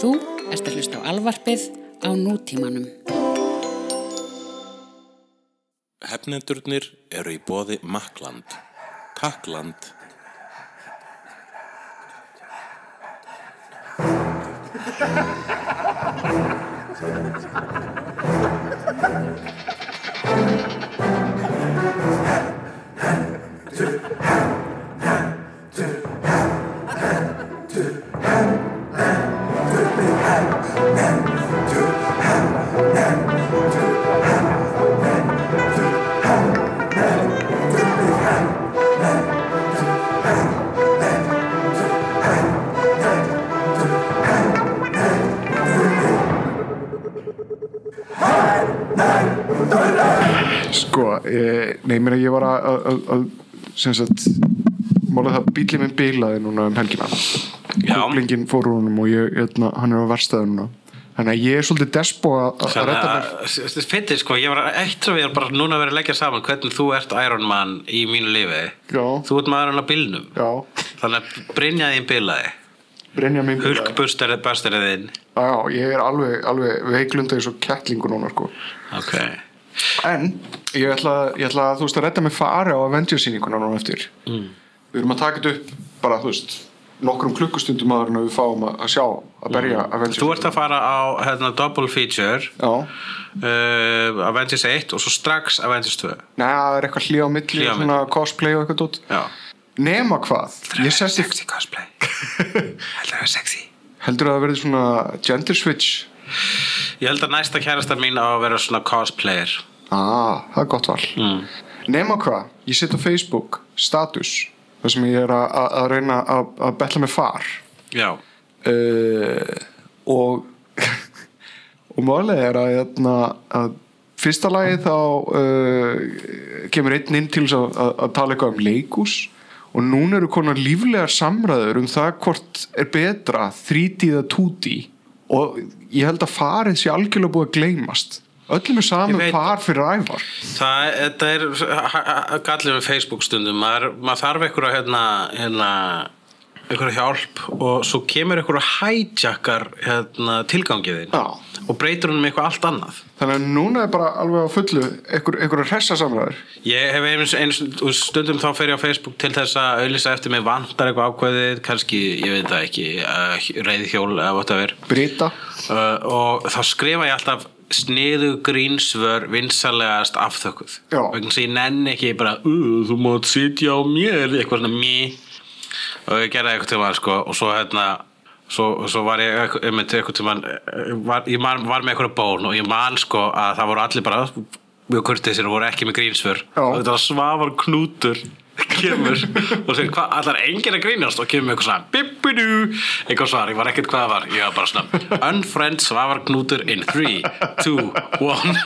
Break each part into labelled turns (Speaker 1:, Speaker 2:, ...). Speaker 1: Þú ert að hlusta á alvarpið á nútímanum.
Speaker 2: Hefnendurnir eru í bóði Makkland. Kakkland.
Speaker 3: Sko, eh, nei, mér að ég var að- að, að- að sem sagt, mála það bílið minn bílaði núna um helgina
Speaker 2: Já.
Speaker 3: Kúplingin fór úr honum og ég, hérna, hann er á verstaði núna Þannig að ég er svolítið despo að að- að redda mér
Speaker 4: Þetta er fyndið sko, ég var eitt sem ég er bara núna að vera að leggja saman hvernig þú ert Iron Man í mínu lífi
Speaker 3: Já,
Speaker 4: Þú ert maðurinn á bílnum
Speaker 3: já,
Speaker 4: Þannig að brinja þín bílaði
Speaker 3: brenja minn bílaði
Speaker 4: Hulkbustar er bestarið þinn
Speaker 3: Já, ég er alveg, alveg veiklunda eins og kettlingu núna, sko
Speaker 4: Ok
Speaker 3: En, ég ætla, ég ætla að, þú veist, að redda mér fari á Avengers-sýninguna núna eftir mm. Við erum að taka þetta upp, bara, þú veist nokkrum klukkustundum aður en við fáum að að sjá að berja Avengers
Speaker 4: Mm. Þú ert að fara á hérna, double feature
Speaker 3: Já,
Speaker 4: uh, Avengers 1 og svo strax Avengers 2
Speaker 3: Nei, það er eitthvað hlý á milli,
Speaker 4: Hlé á
Speaker 3: svona cosplay og eitthvað út.
Speaker 4: Já
Speaker 3: Nema hvað, ég sest ekki,
Speaker 4: Sexy cosplay Heldur það er sexy
Speaker 3: heldur að það verði svona gender switch?
Speaker 4: Ég held að næsta kærasta mín á að vera svona cosplayer
Speaker 3: Ah, það er gott val. Mm. Nema hvað, ég set á Facebook status, þar sem ég er að- að að reyna að að betla með far.
Speaker 4: Já
Speaker 3: uh, og og málega er að, jæna, að fyrsta lagi þá uh, kemur einn inn til þess að, að, að tala eitthvað um leikús og núna eru konar líflegar samræður um það hvort er betra 3D eða 2D og ég held að farið sé algjörlega búið að gleymast öllum er
Speaker 4: Ég
Speaker 3: saman
Speaker 4: veit
Speaker 3: far fyrir ævar
Speaker 4: Það þetta er gallið með Facebook stundum maður, maður þarf einhverja hérna, hérna, einhverja hjálp og svo kemur einhverja hætjakar hérna, tilgangiðin
Speaker 3: Já.
Speaker 4: og breytur hún með eitthvað allt annað
Speaker 3: þannig að núna er bara alveg á fullu einhver, einhver hressa samræður
Speaker 4: Ég hef einu, einu stundum þá fer ég á Facebook til þess að auðlýsa eftir mig vantar eitthvað ákveðið, kannski, ég veit það ekki uh, reyðhjól eða whatever
Speaker 3: Brita
Speaker 4: uh, og þá skrifa ég alltaf sniðu grínsvör vinsalegast afþökkuð
Speaker 3: Já.
Speaker 4: vegna sem ég nenni ekki bara "Uh, þú mátt sitja á mér eitthvað svona mí og ég gerði eitthvað tíma sko, og svo hérna svo, svo var ég eitthvað- einmitt eitthvað tíma var, ég man, var með eitthvað bón og ég man sko að það voru allir bara mjög kurtisir og voru ekki með grínsvör
Speaker 3: Já.
Speaker 4: og þetta var svafar knútur kemur og segir hvað, allar enginn að grínast og kemur með eitthvað svona bippidu, eitthvað svar, ég var ekkert hvað það var ég var bara svona, unfriend svafar knútur in 3, 2, 1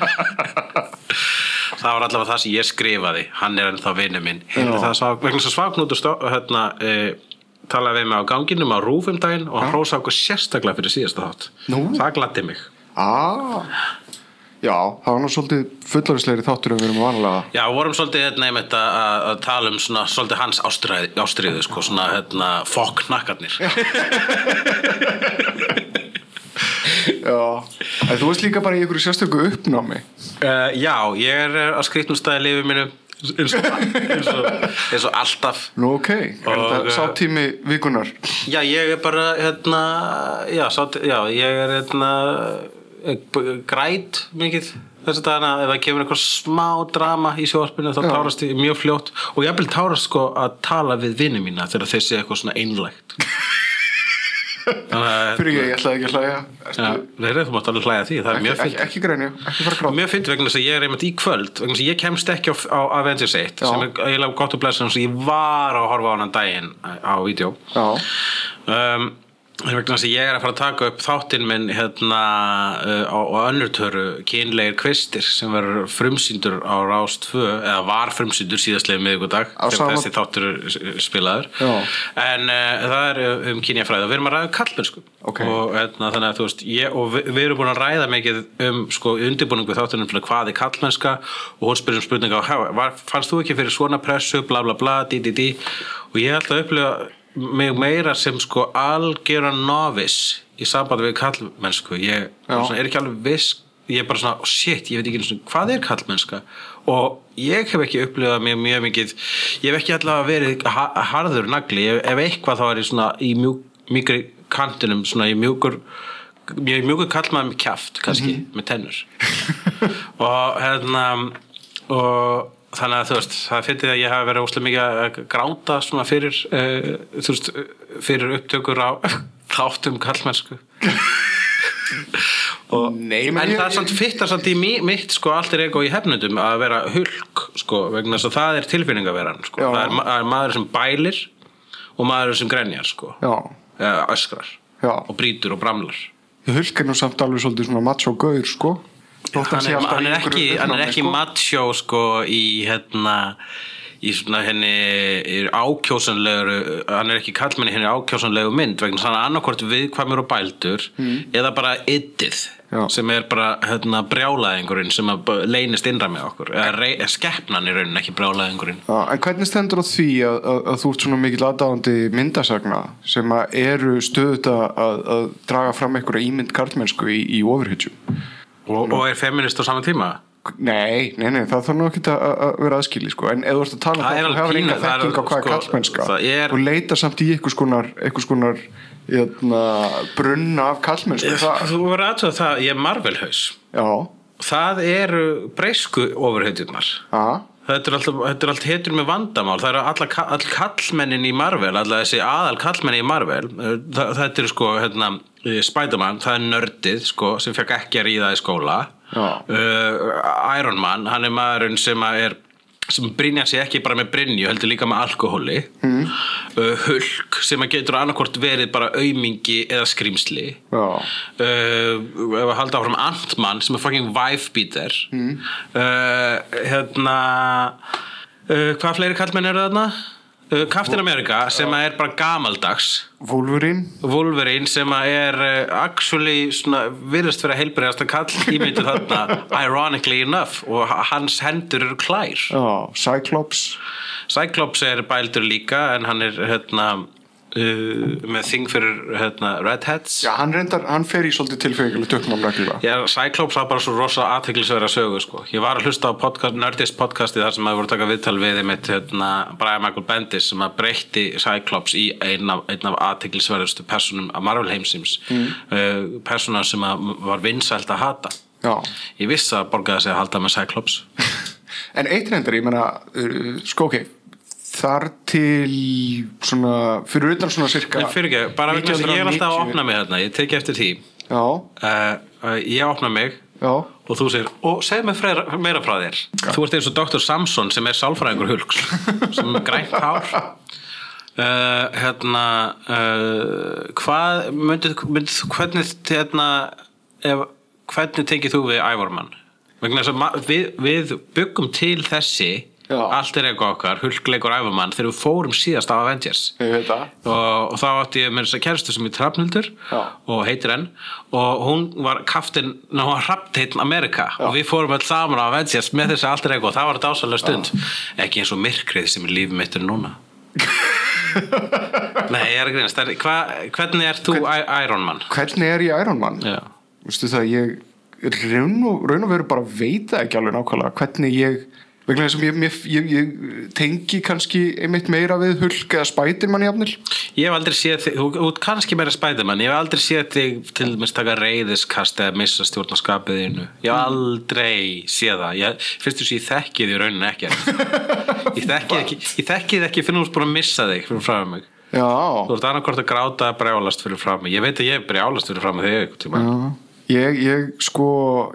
Speaker 4: það var allavega það sem ég skrifaði hann er ennþá vinnu minn heyrðu
Speaker 3: Já.
Speaker 4: það svaf, vegna þess að svafar knútur stó, hérna, e, talaði við mig á ganginum á rúfum daginn og hann hrósa okkur sérstaklega fyrir síðasta þátt
Speaker 3: Nú.
Speaker 4: það gladdi mig
Speaker 3: Ah, já, það var nú svolítið fullarislegri þáttur en við erum vanlega
Speaker 4: Já, við vorum svolítið hérna einmitt að, að að tala um svona, svolítið hans ástriði, ástriðu, sko, svona hérna, fokk nakkarnir.
Speaker 3: Já, en þú veist líka bara í einhverju sérstöku uppnámi
Speaker 4: Uh, já, ég er eh, á skrýtnum staði lífið mínu, eins og, eins og, eins og alltaf.
Speaker 3: Nú ok, er
Speaker 4: Og,
Speaker 3: þetta
Speaker 4: eh,
Speaker 3: sá tími vikunar
Speaker 4: Já, ég er bara, hérna, já, sátt, já ég er, hérna, eh, b- græt mikið þess að dagana, ef það kemur eitthvað smá drama í sjóarpinu, þá
Speaker 3: Já.
Speaker 4: tárast ég mjög fljótt og ég vil tárast sko að tala við vinni mína þegar þeir sé eitthvað svona einlægt. Þannig að,
Speaker 3: Fyrir ég, ég ætlaði ekki að hlæja
Speaker 4: Já,
Speaker 3: Ertu-
Speaker 4: nei, nei, þú mátt alveg hlæða að því, það er mjög
Speaker 3: ekki,
Speaker 4: fint
Speaker 3: ekki, ekki grænja, ekki fara að gráta
Speaker 4: Mjög fint vegna þess að ég er einmitt í kvöld vegna þess að ég kemst ekki á, á Avengers 1
Speaker 3: Já.
Speaker 4: sem er eiginlega gott og blessa sem ég var að horfa á hann daginn eh, á vídeo
Speaker 3: Já,
Speaker 4: um, vegna þess að ég er að fara að taka upp þáttinn minn hérna uh, á, á önnurtöru kynleir kvistir sem verður frumsýndur á Rás 2 eða var frumsýndur síðastlega miðvikudag
Speaker 3: Á
Speaker 4: þegar
Speaker 3: sama-
Speaker 4: þessi þáttur er s- spilaður
Speaker 3: Já.
Speaker 4: en uh, það er uh, um kynjafræði og við erum að ræða kallmennsku
Speaker 3: Ok.
Speaker 4: og hérna, þannig að þú veist ég, og við, við erum búin að ræða mikið um sko, undirbúning við þáttunum fyrir hvað er kallmennska og hún spyrir um spurninga á, var, fannst þú ekki fyrir svona pressu, bla bla bla, di di di og ég held að upplifa mig meira sem sko algjöra novis í sambandi við kallmennsku ég
Speaker 3: Já.
Speaker 4: svona, er ekki alveg viss ég er bara svona, "Oh, shit, ég veit ekki einu sinni hvað er kallmennska og ég hef ekki upplifað mjög, mjög mikið ég hef ekki allavega verið ha- harður nagli ég, ef eitthvað þá er ég svona í mjúk, mjúkri kantinum svona í mjúkur mjög mjúkur kallmann með kjaft kannski, með tennur og hérna og þannig að þú veist, það fyrir að ég hafi verið óslega mikið að gráta svona fyrir uh, þú veist, fyrir upptökur á þáttum kallmennsku og,
Speaker 3: Nei,
Speaker 4: en
Speaker 3: menn ég-
Speaker 4: það er samt fyrta samt í mi- mitt sko allt er ego í hefnundum að vera hulk sko, vegna þess að það er tilfinningaveran sko.
Speaker 3: Já.
Speaker 4: það er, ma það er maður sem bælir og maður sem grenjar sko
Speaker 3: Já.
Speaker 4: Eh, öskrar
Speaker 3: Já.
Speaker 4: og brýtur og bramlar
Speaker 3: Hulk er nú samt alveg svolítið svona macho gaur sko Þótt
Speaker 4: hann
Speaker 3: sé
Speaker 4: er,
Speaker 3: alltaf
Speaker 4: hann
Speaker 3: í
Speaker 4: er
Speaker 3: einhverju
Speaker 4: ekki, hann er
Speaker 3: uppnámi,
Speaker 4: ekki
Speaker 3: sko.
Speaker 4: macho sko í hérna í svona henni ákjósanlegur, hann er ekki kallmenni henni ákjósanlegu mynd vegna þess að hann er annarkvort viðkvæmur og bældur eða bara yddið
Speaker 3: Mm. Já.
Speaker 4: sem er bara hérna, brjálaðingurinn sem að b- leynist innra með okkur eða rey, skepnan í raunin ekki brjálaðingurinn
Speaker 3: Já, en hvernig stendur á því að, að, að þú ert svona mikill aðdáðandi myndasagna sem að eru stöðut að, að, að draga fram einhverja ímynd karlmennsku í, í ofurhytjum?
Speaker 4: og, og er feminist á sama tíma
Speaker 3: Nei, nei, nei, það þarf nú ekki að, að- að vera aðskili sko. en ef þú ert að tala um
Speaker 4: Það
Speaker 3: það,
Speaker 4: er
Speaker 3: þú
Speaker 4: alveg
Speaker 3: hefur
Speaker 4: pínu-
Speaker 3: enga
Speaker 4: það er-
Speaker 3: þekking á hvað er
Speaker 4: sko,
Speaker 3: karlmennska
Speaker 4: það er-
Speaker 3: og leita samt í einhvers konar, einhvers konar jötna, brunna af karlmennsku það,
Speaker 4: þú voru aðtöð það, ég er marvelhaus
Speaker 3: Já,
Speaker 4: það eru breysku ofurheitirnar
Speaker 3: að
Speaker 4: Þetta er alltaf, þetta er alltaf hetur með vandamál Það eru alla, ka- all kallmennin í Marvel Alla þessi aðal kallmennin í Marvel Þa, Þetta eru sko hérna, eh, Spiderman, það er nördið sko, sem fekk ekki að ríða í skóla
Speaker 3: Já.
Speaker 4: uh, Iron Man hann er maðurinn sem að er sem brinja sig ekki bara með brinju heldur líka með alkohóli mm. uh, hulk sem að getur annarkvort verið bara aumingi eða skrýmsli
Speaker 3: Já.
Speaker 4: uh, ef að halda áfram Antman sem er fucking wife beater mm. uh, hérna uh, hvað fleiri kallmenn eru þarna? Uh, Captain America sem að er bara gamaldags
Speaker 3: Wolverine
Speaker 4: Wolverine sem að er uh, actually svona virðist vera heilbreyðasta kall ímyndið þarna ironically enough og h- hans hendur eru klær
Speaker 3: Já, Cyclops
Speaker 4: Cyclops er bældur líka en hann er hérna uh, með þing fyrir hérna, redheads
Speaker 3: Já, hann reyndar, hann fer í svolítið tilfengileg töknum reglulega
Speaker 4: Ég er Cyclops var bara svo rosa aðteglisverða sögu sko. Ég var að hlusta á podcast, Nerdist podcasti þar sem að voru að taka viðtal við einmitt hérna, Brian Michael Bendis sem að breytti Cyclops í einn af, einn af aðteglisverðustu personum að Marvel heimsins mm. persóna sem að var vinsælt að hata
Speaker 3: Já,
Speaker 4: Ég vissi að borgaði sig að halda með Cyclops
Speaker 3: en eitt reyndar, ég meina uh, sko, ok, þar til svona, fyrir utan svona cirka
Speaker 4: En fyrir ekki, bara vegna þess að ég er alltaf
Speaker 3: 1990.
Speaker 4: að opna mig hérna ég teki eftir því
Speaker 3: Já,
Speaker 4: uh, uh, Ég opna mig
Speaker 3: já,
Speaker 4: og þú segir, og segð mér freira, meira frá þér þú ert eins og Dr. Samson sem er sálfræðingur hulks sem er grænt hár uh, hérna uh, hvað myndið, myndið hvernig hérna, ef, hvernig tekið þú við ævormann vegna þess að ma- við, við byggum til þessi
Speaker 3: Já.
Speaker 4: allt er eitthvað okkar, hulkleikur ævormann þegar við fórum síðast á Avengers
Speaker 3: ég veit það
Speaker 4: og, og þá átti ég með þess að kæristu sem ég trafnildur
Speaker 3: Já.
Speaker 4: og heitir henn og hún var kaftin, ná, hún var hrapteitn Amerika og við fórum öll saman á Avengers með þessi alltaf eitthvað og það var dásalega stund ekki eins og myrkrið sem er lífið mitt er núna Nei, ég er að grínast Það er- hva, Hvernig er þú Hvern... Iron Man?
Speaker 3: Hvernig er ég Iron Man?
Speaker 4: Já.
Speaker 3: Vistu það, ég raun og, raun og veru bara veit það ekki alveg nákvæmlega hvernig ég vegna þess að ég, ég, ég, ég tengi kannski einmitt meira við hulk eða spætir mann jafnil
Speaker 4: Ég hef aldrei séð þig, þú þú ert kannski meira Spiderman, ég hef aldrei séð þig til dæmis taka reyðiskast eða missa stjórnarskapið innu. Ég hef aldrei séð það. Ég, fyrst þess að ég þekki þig í rauninni ekki. Ég þekki, ekki ég þekki þig ekki fyrir þú ert búin að missa þig fyrir frá mig.
Speaker 3: Já,
Speaker 4: Þú ert annarkvort að gráta að brjálast fyrir frá mig. Ég veit að ég er brjálast fyrir frá mig þegar ykkur tíma.
Speaker 3: ég, ég sko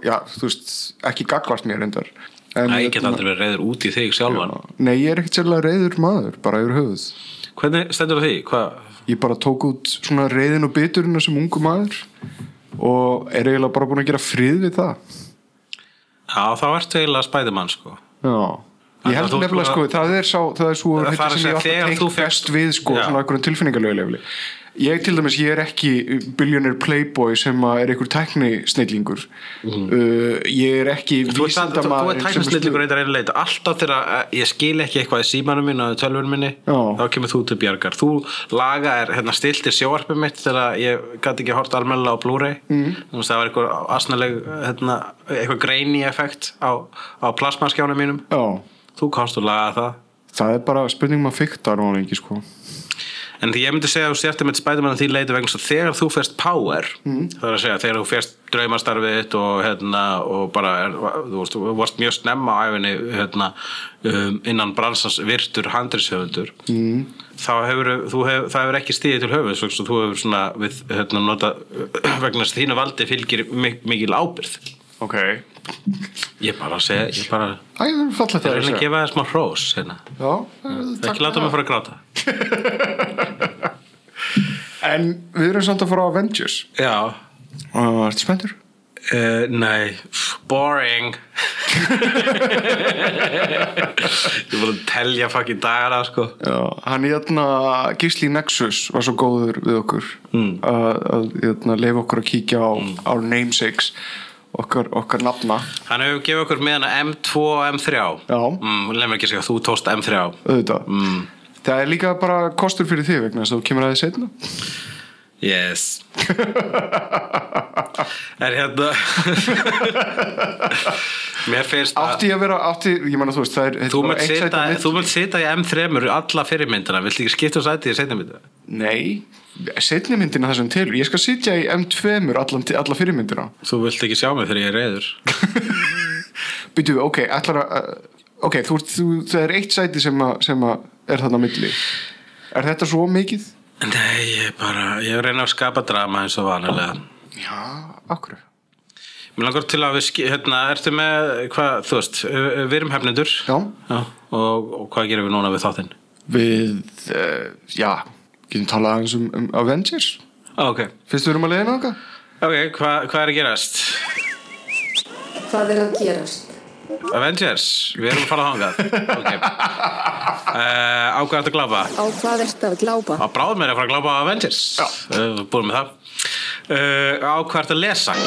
Speaker 3: já, þú veist, ekki gagvart mér reyndar en,
Speaker 4: Æ, ég get aldrei verið reyður út í þig sjálfan.
Speaker 3: Nei, ég er ekkert sérlega reyður maður, bara yfir höfuð
Speaker 4: Hvernig stendur á því? Hvað?
Speaker 3: Ég bara tók út svona reyðin og biturina sem ungu maður og er eiginlega bara búin að gera frið við það
Speaker 4: Já, þá ertu eiginlega Spiderman sko.
Speaker 3: Já Ég
Speaker 4: Þannig að
Speaker 3: held
Speaker 4: þú-
Speaker 3: nefnilega sko, það er sá það er svo
Speaker 4: Það er
Speaker 3: hitt
Speaker 4: að
Speaker 3: sem ég
Speaker 4: segja
Speaker 3: alltaf
Speaker 4: þegar
Speaker 3: tengt
Speaker 4: þú
Speaker 3: best
Speaker 4: fékkst-
Speaker 3: við sko,
Speaker 4: Já.
Speaker 3: svona einhverjum tilfinningalegu lefli ég til dæmis, ég er ekki billionaire playboy sem að er einhver tæknisnillingur uh, ég er ekki
Speaker 4: Þú ert samt- þú- þú
Speaker 3: vísindamaður sem
Speaker 4: ert
Speaker 3: er
Speaker 4: tæknisnillingur eitthvað einu leita alltaf þegar eh, ég skil ekki eitthvað í símanum minni og tölvun minni,
Speaker 3: Já.
Speaker 4: þá kemur þú til bjargar þú lagaðir, hérna stiltir sjóarpið mitt þegar ég gæti ekki hort almennilega á Blu-ray, mm. þú veist það var eitthvað asnaleg, hérna, eitthvað grainy effekt á, á plasmaskjánum mínum
Speaker 3: Já,
Speaker 4: þú kannst að laga það
Speaker 3: það er bara spurning um að fykta ráningi sko
Speaker 4: En því ég myndi segja að þú sérti með Spiderman að því leiti vegna þess að þegar þú fyrst power það er að segja þegar þú fyrst draumastarfið þitt og hérna og bara er, þú veist, þú varst mjög snemma á æfinni hérna, um, innan bransans virtur handriðshöfundur mm. þá hefur, þú hef, það hefur ekki stíðið til höfuð svo þú hefur svona við, hérna, nota, vegna þess að þínu valdi fylgir mik mikil ábyrð
Speaker 3: Ok
Speaker 4: ég bara segja, ég bara
Speaker 3: Æ, það er fallið
Speaker 4: ég
Speaker 3: það
Speaker 4: er að reyna að gefa þér smá hrós hérna.
Speaker 3: Já, takk
Speaker 4: ekki láta mig fara að gráta
Speaker 3: En við erum samt að fara á Avengers
Speaker 4: já,
Speaker 3: uh, Ertu spenntur?
Speaker 4: Uh, nei, Pff, boring Ég var að telja fucking dagana sko
Speaker 3: Já, hann hérna Gísli Nexus var svo góður við okkur mm. að, að hérna, leifa okkur að kíkja á
Speaker 4: Mm.
Speaker 3: our namesakes okkar, okkar nafna
Speaker 4: Hann hefur gefið okkur með hana M2 og M3
Speaker 3: Já.
Speaker 4: mm, Leif mér ekki segja, þú tóst M3
Speaker 3: auðvitað
Speaker 4: Mm.
Speaker 3: Það er líka bara kostur fyrir þig vegna þess að þú kemur að þið setna
Speaker 4: Yes Er hérna Mér finnst að
Speaker 3: Átti ég að vera, átti, ég manna þú veist það er, þetta
Speaker 4: Þú
Speaker 3: er bara
Speaker 4: munt,
Speaker 3: eitt sæti
Speaker 4: sita,
Speaker 3: á milli.
Speaker 4: þú munt sita í M3 alla fyrirmyndina, vill ekki skipta um sæti í setni myndina
Speaker 3: Nei, setni myndina það sem telur Ég skal sitja í M2-mur alla, alla fyrirmyndina
Speaker 4: Þú vilt ekki sjá mig þegar ég er reyður
Speaker 3: Býtu, ok, ætlar að eh, Ok, þú, ert- þú, það er eitt sæti sem, að, sem að er þarna á milli Er þetta svo mikið?
Speaker 4: Nei, ég bara, ég reyna að skapa drama eins og vanilega
Speaker 3: Já, akkur
Speaker 4: Mér langar til að við, ski- hérna, ertu með, hvað, þú veist, eh, við erum hefnendur.
Speaker 3: Já.
Speaker 4: og, og hvað gerum við núna við þáttinn?
Speaker 3: Við, uh, já, getum talað aðeins um, um Avengers
Speaker 4: Ok.
Speaker 3: Fyrst við erum að leiðina okkar
Speaker 4: Ok, hvað hva er að gerast?
Speaker 5: Hvað er að gerast?
Speaker 4: Avengers, við erum að fara þangað. Ok. Uh, á hvað ertu að glápa?
Speaker 5: Á hvað ertu að glápa?
Speaker 4: Á bráðum er að fara að glápa á Avengers. Já. Uh, búin með það. Uh, á hvað ertu að lesa?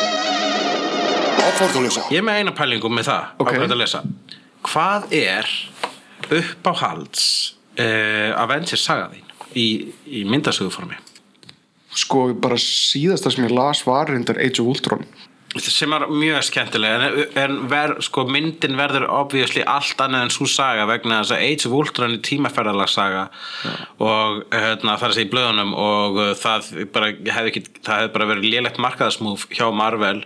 Speaker 6: Áforðulösa.
Speaker 4: Ég er með eina pælingum með það.
Speaker 3: Ok.
Speaker 4: Á hvað ertu að lesa? Hvað er uppáhalds uh, Avengers saga þín í, í myndasöguformi?
Speaker 3: Sko, bara síðasta sem ég las var reyndar Age of Ultron
Speaker 4: sem er mjög skemmtileg en, en ver, sko, myndin verður obviously allt annað en svo saga vegna þess að Age of Ultron er tímaferðalagssaga og hérna, það er að segja í blöðunum og uh, það bara hefði ekki, það hefði bara verið lélegt markaðasmúf hjá Marvel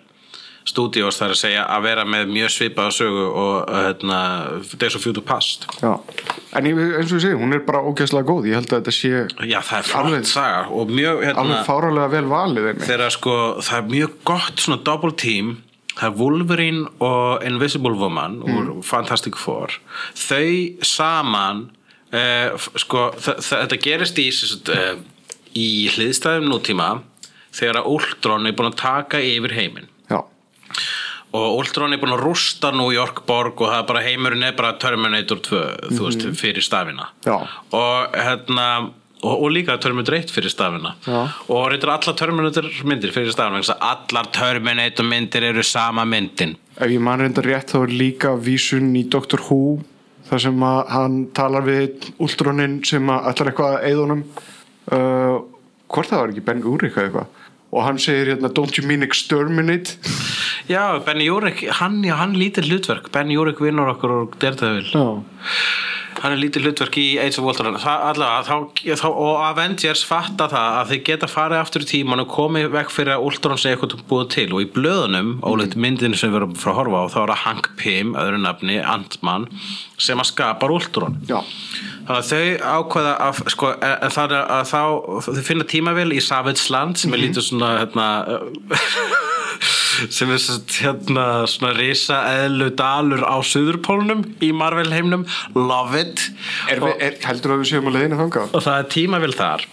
Speaker 4: Studios þar að segja að vera með mjög svipaða sögu og uh, hérna, Days of Future Past
Speaker 3: Já, en ég, eins og ég segi, hún er bara ógæslega góð Ég held að þetta sé
Speaker 4: Já, það er flott
Speaker 3: Alveg.
Speaker 4: saga og mjög hérna,
Speaker 3: alveg fáralega vel valið einnig
Speaker 4: þegar sko það er mjög gott svona double team það er Wolverine og Invisible Woman úr Fantastic Four þau saman uh, sko þa- þa- þetta gerist í uh, í hliðstæðum nútíma þegar að Ultron er búin að taka yfir heiminn
Speaker 3: Já,
Speaker 4: og Ultron er búin að rústa New York borg og það er bara heimurinn er bara Terminator 2 þú veist, fyrir stafina
Speaker 3: Mhm. Já.
Speaker 4: og hérna og, og líka Terminator 1 fyrir stafina
Speaker 3: Já.
Speaker 4: og reyndar allar Terminator myndir fyrir stafina vegna þess að allar Terminator myndir eru sama myndin
Speaker 3: ef ég man reyndar rétt þá er líka vísun í Doctor Who þar sem að hann talar við Ultronin sem að allar eitthvað að eðunum uh, hvort það var ekki Ben Urich eða eitthvað og hann segir hérna don't you mean exterminate
Speaker 4: já, Ben Jurek, hann, já, hann lítið hlutverk Ben Jurek vinnur okkur og Daredevil
Speaker 3: Já,
Speaker 4: hann er lítið hlutverk í Age of Ultron Þa, allavega, þá, þá, og Avengers fatta það að þeir geta farið aftur í tíman og komið vekk fyrir að Ultron sé eitthvað búið til og í blöðunum, ólegt myndinu sem við erum frá að horfa á, þá er það Hank Pym öðru nafni, Ant-Man sem að skapar Ultron
Speaker 3: já,
Speaker 4: þannig að þau ákvaða að, sko, en- en það er að þá, þau finna tímavél í Savage Land sem er lítið svona hérna, sem er satt, hérna, svona risa eðlu dalur á Suðurpólnum í Marvel heimnum, love it
Speaker 3: er, við, er, heldur að við séum að leiðinu þangað?
Speaker 4: og það er tímavél þar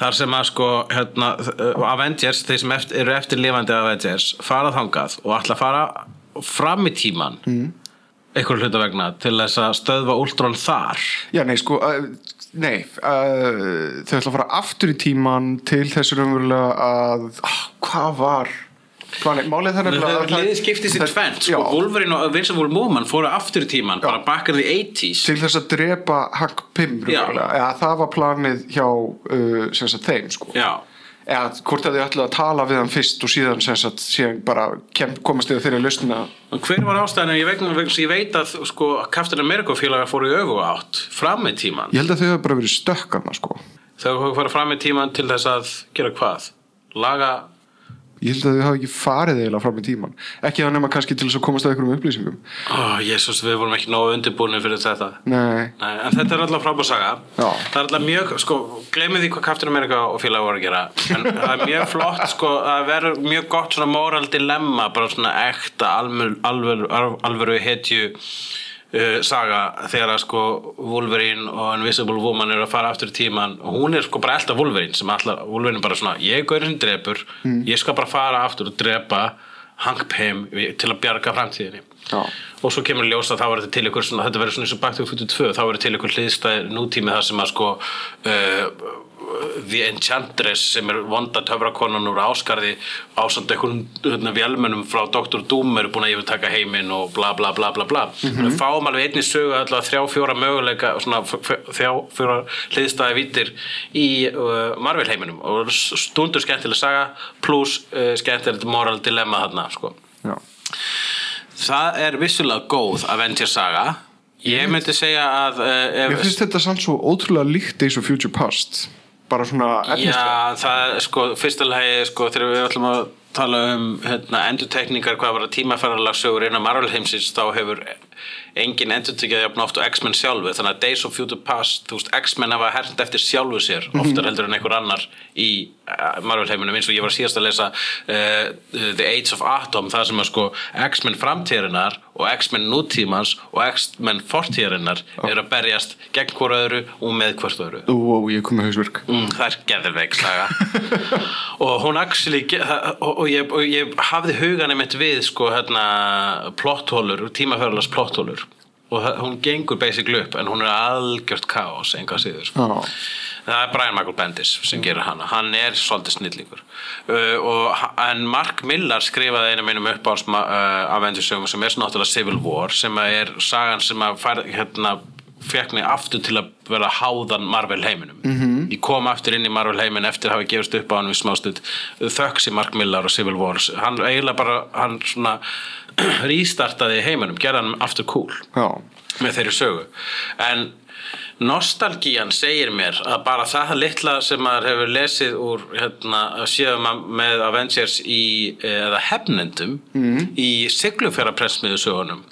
Speaker 4: þar sem að sko hérna, uh, Avengers, þeir sem eftir, eru eftirlifandi Avengers, fara þangað og ætla að fara fram í tíman mm. einhver hluta vegna til þess að stöðva Ultron þar
Speaker 3: Já, nei, sko, uh,
Speaker 7: Nei, uh, þau ætla að fara aftur í tíman til þessu raunverulega að ah, hvað var planið, málið það nefnilega að það-
Speaker 4: Liðið skiptist í
Speaker 7: það-
Speaker 4: tvent
Speaker 7: já,
Speaker 4: sko, Wolverine og Vincent Wolf Moman fóru aftur í tíman bara back in the 80s
Speaker 7: til þess að drepa Hank Pym
Speaker 4: Já.
Speaker 7: raunverulega, eða það var planið hjá uh, sem sagt þeim sko
Speaker 4: Já,
Speaker 7: eða hvort að þau ætla að tala við hann fyrst og síðan sem sagt síðan bara kem, komast yfir þeirra lausnina
Speaker 4: og hver var ástæðan ég veit, vegna þess að ég veit að sko, Captain America félagar fóru í öfu átt fram með tíman
Speaker 7: ég held að þau hafa bara verið stökkarna sko
Speaker 4: Þau fóru fara fram með tíman til þess að gera hvað? Laga
Speaker 7: ég held að þau hafa ekki farið eiginlega fram í tíman ekki þá nema kannski til þess að komast að einhverjum upplýsingum
Speaker 4: Ó, Jésús, við vorum ekki nógu undirbúinu fyrir þetta
Speaker 7: nei,
Speaker 4: Nei, en þetta er alltaf frábær saga
Speaker 7: Já.
Speaker 4: Það er alltaf mjög, sko, gleymið því hvað Captain America og félag voru að gera En það er mjög flott, sko, það verður mjög gott svona moral dilemma Bara svona ekta, alvöru, alvöru, alvöru hetju uh, saga Þegar að, sko, Wolverine og Invisible Woman eru að fara aftur í tíman Og hún er, sko, bara elda Wolverine sem allar, Wolverine er bara svona Ég er gaurinn sem drepur,
Speaker 7: Mm.
Speaker 4: ég skal bara fara aftur og drepa Hank Pym við- til að bjarga framtíðinni
Speaker 7: já,
Speaker 4: og svo kemur ljós að það verður til ykkur svona, þetta verður svona eins og Back to the Future 2 þá verður til ykkur hliðstæð nútími þar sem að sko uh, The Enchantress sem er vonda töfrakonan úr áskarði ásand einhverjum hérna, vélmennum frá Dr. Doom eru búin að yfirtaka heiminn og bla bla bla bla bla mm -hmm. fáum alveg einni sögu allavega þrjá fjóra möguleika svona f- f- þrjá fjóra hliðstæði vítir í uh, Marvel heiminum og s- stundur skemmtileg saga pluss uh, skemmtilegt moral dilemma þarna sko
Speaker 7: já,
Speaker 4: Það er vissulega góð Avengers saga Ég myndi segja að uh,
Speaker 7: ég
Speaker 4: ef,
Speaker 7: finnst þetta sann svo ótrúlega líkt Days of Future Past bara svona efnislega
Speaker 4: Já, það er sko fyrsta lagi sko, þegar við ætlum að tala um hérna, endurtekningar hvað var að tímaferðarlag sögur innan Marvel heimsins þá hefur engin endurtekjað jafn oft og X-Men sjálfu þannig að Days of Future Past, þú veist, X-Men hafa hernt eftir sjálfu sér, oftar heldur en einhver annar í eh, Marvel heiminum eins og ég var síðast að lesa uh, The Age of Atom, það sem að sko X-Men framtíðarinnar og X-Men nútímans og X-Men fortíðarinnar eru að berjast gegn hvort öðru og með hvort öðru
Speaker 7: Ó, ég kom með hausverk
Speaker 4: Mm, það er geðveik saga og hún actually ge- það- og, og, ég, og ég hafði hugan einmitt við sko hérna plotthólur tímafjörðalars plotthólur og það- hún gengur basic upp en hún er algjört kaos enga síður sko.
Speaker 7: Já.
Speaker 4: það er Brian Michael Bendis sem gerir hana hann er svolítið snillingur uh, og, h- en Mark Millar skrifaði einu mínum uppáhalds ma- uh, Avengers-sögum sem er svona náttúrulega Civil War sem að er sagan sem að fær, hérna, fekk mig aftur til að vera háðan Marvel heiminum -hmm. ég kom aftur inn í Marvel heimin eftir að hafa gefist upp á hann við smástund þöksi Mark Millar og Civil War hann eiginlega bara hann svona restartaði heiminum, gerði hann aftur cool
Speaker 7: já,
Speaker 4: með þeirri sögu en nostalgían segir mér að bara það litla sem maður hefur lesið úr hérna, séðum með Avengers í, eh, eða hefnendum mm. í siglufjara pressmiðu sögunum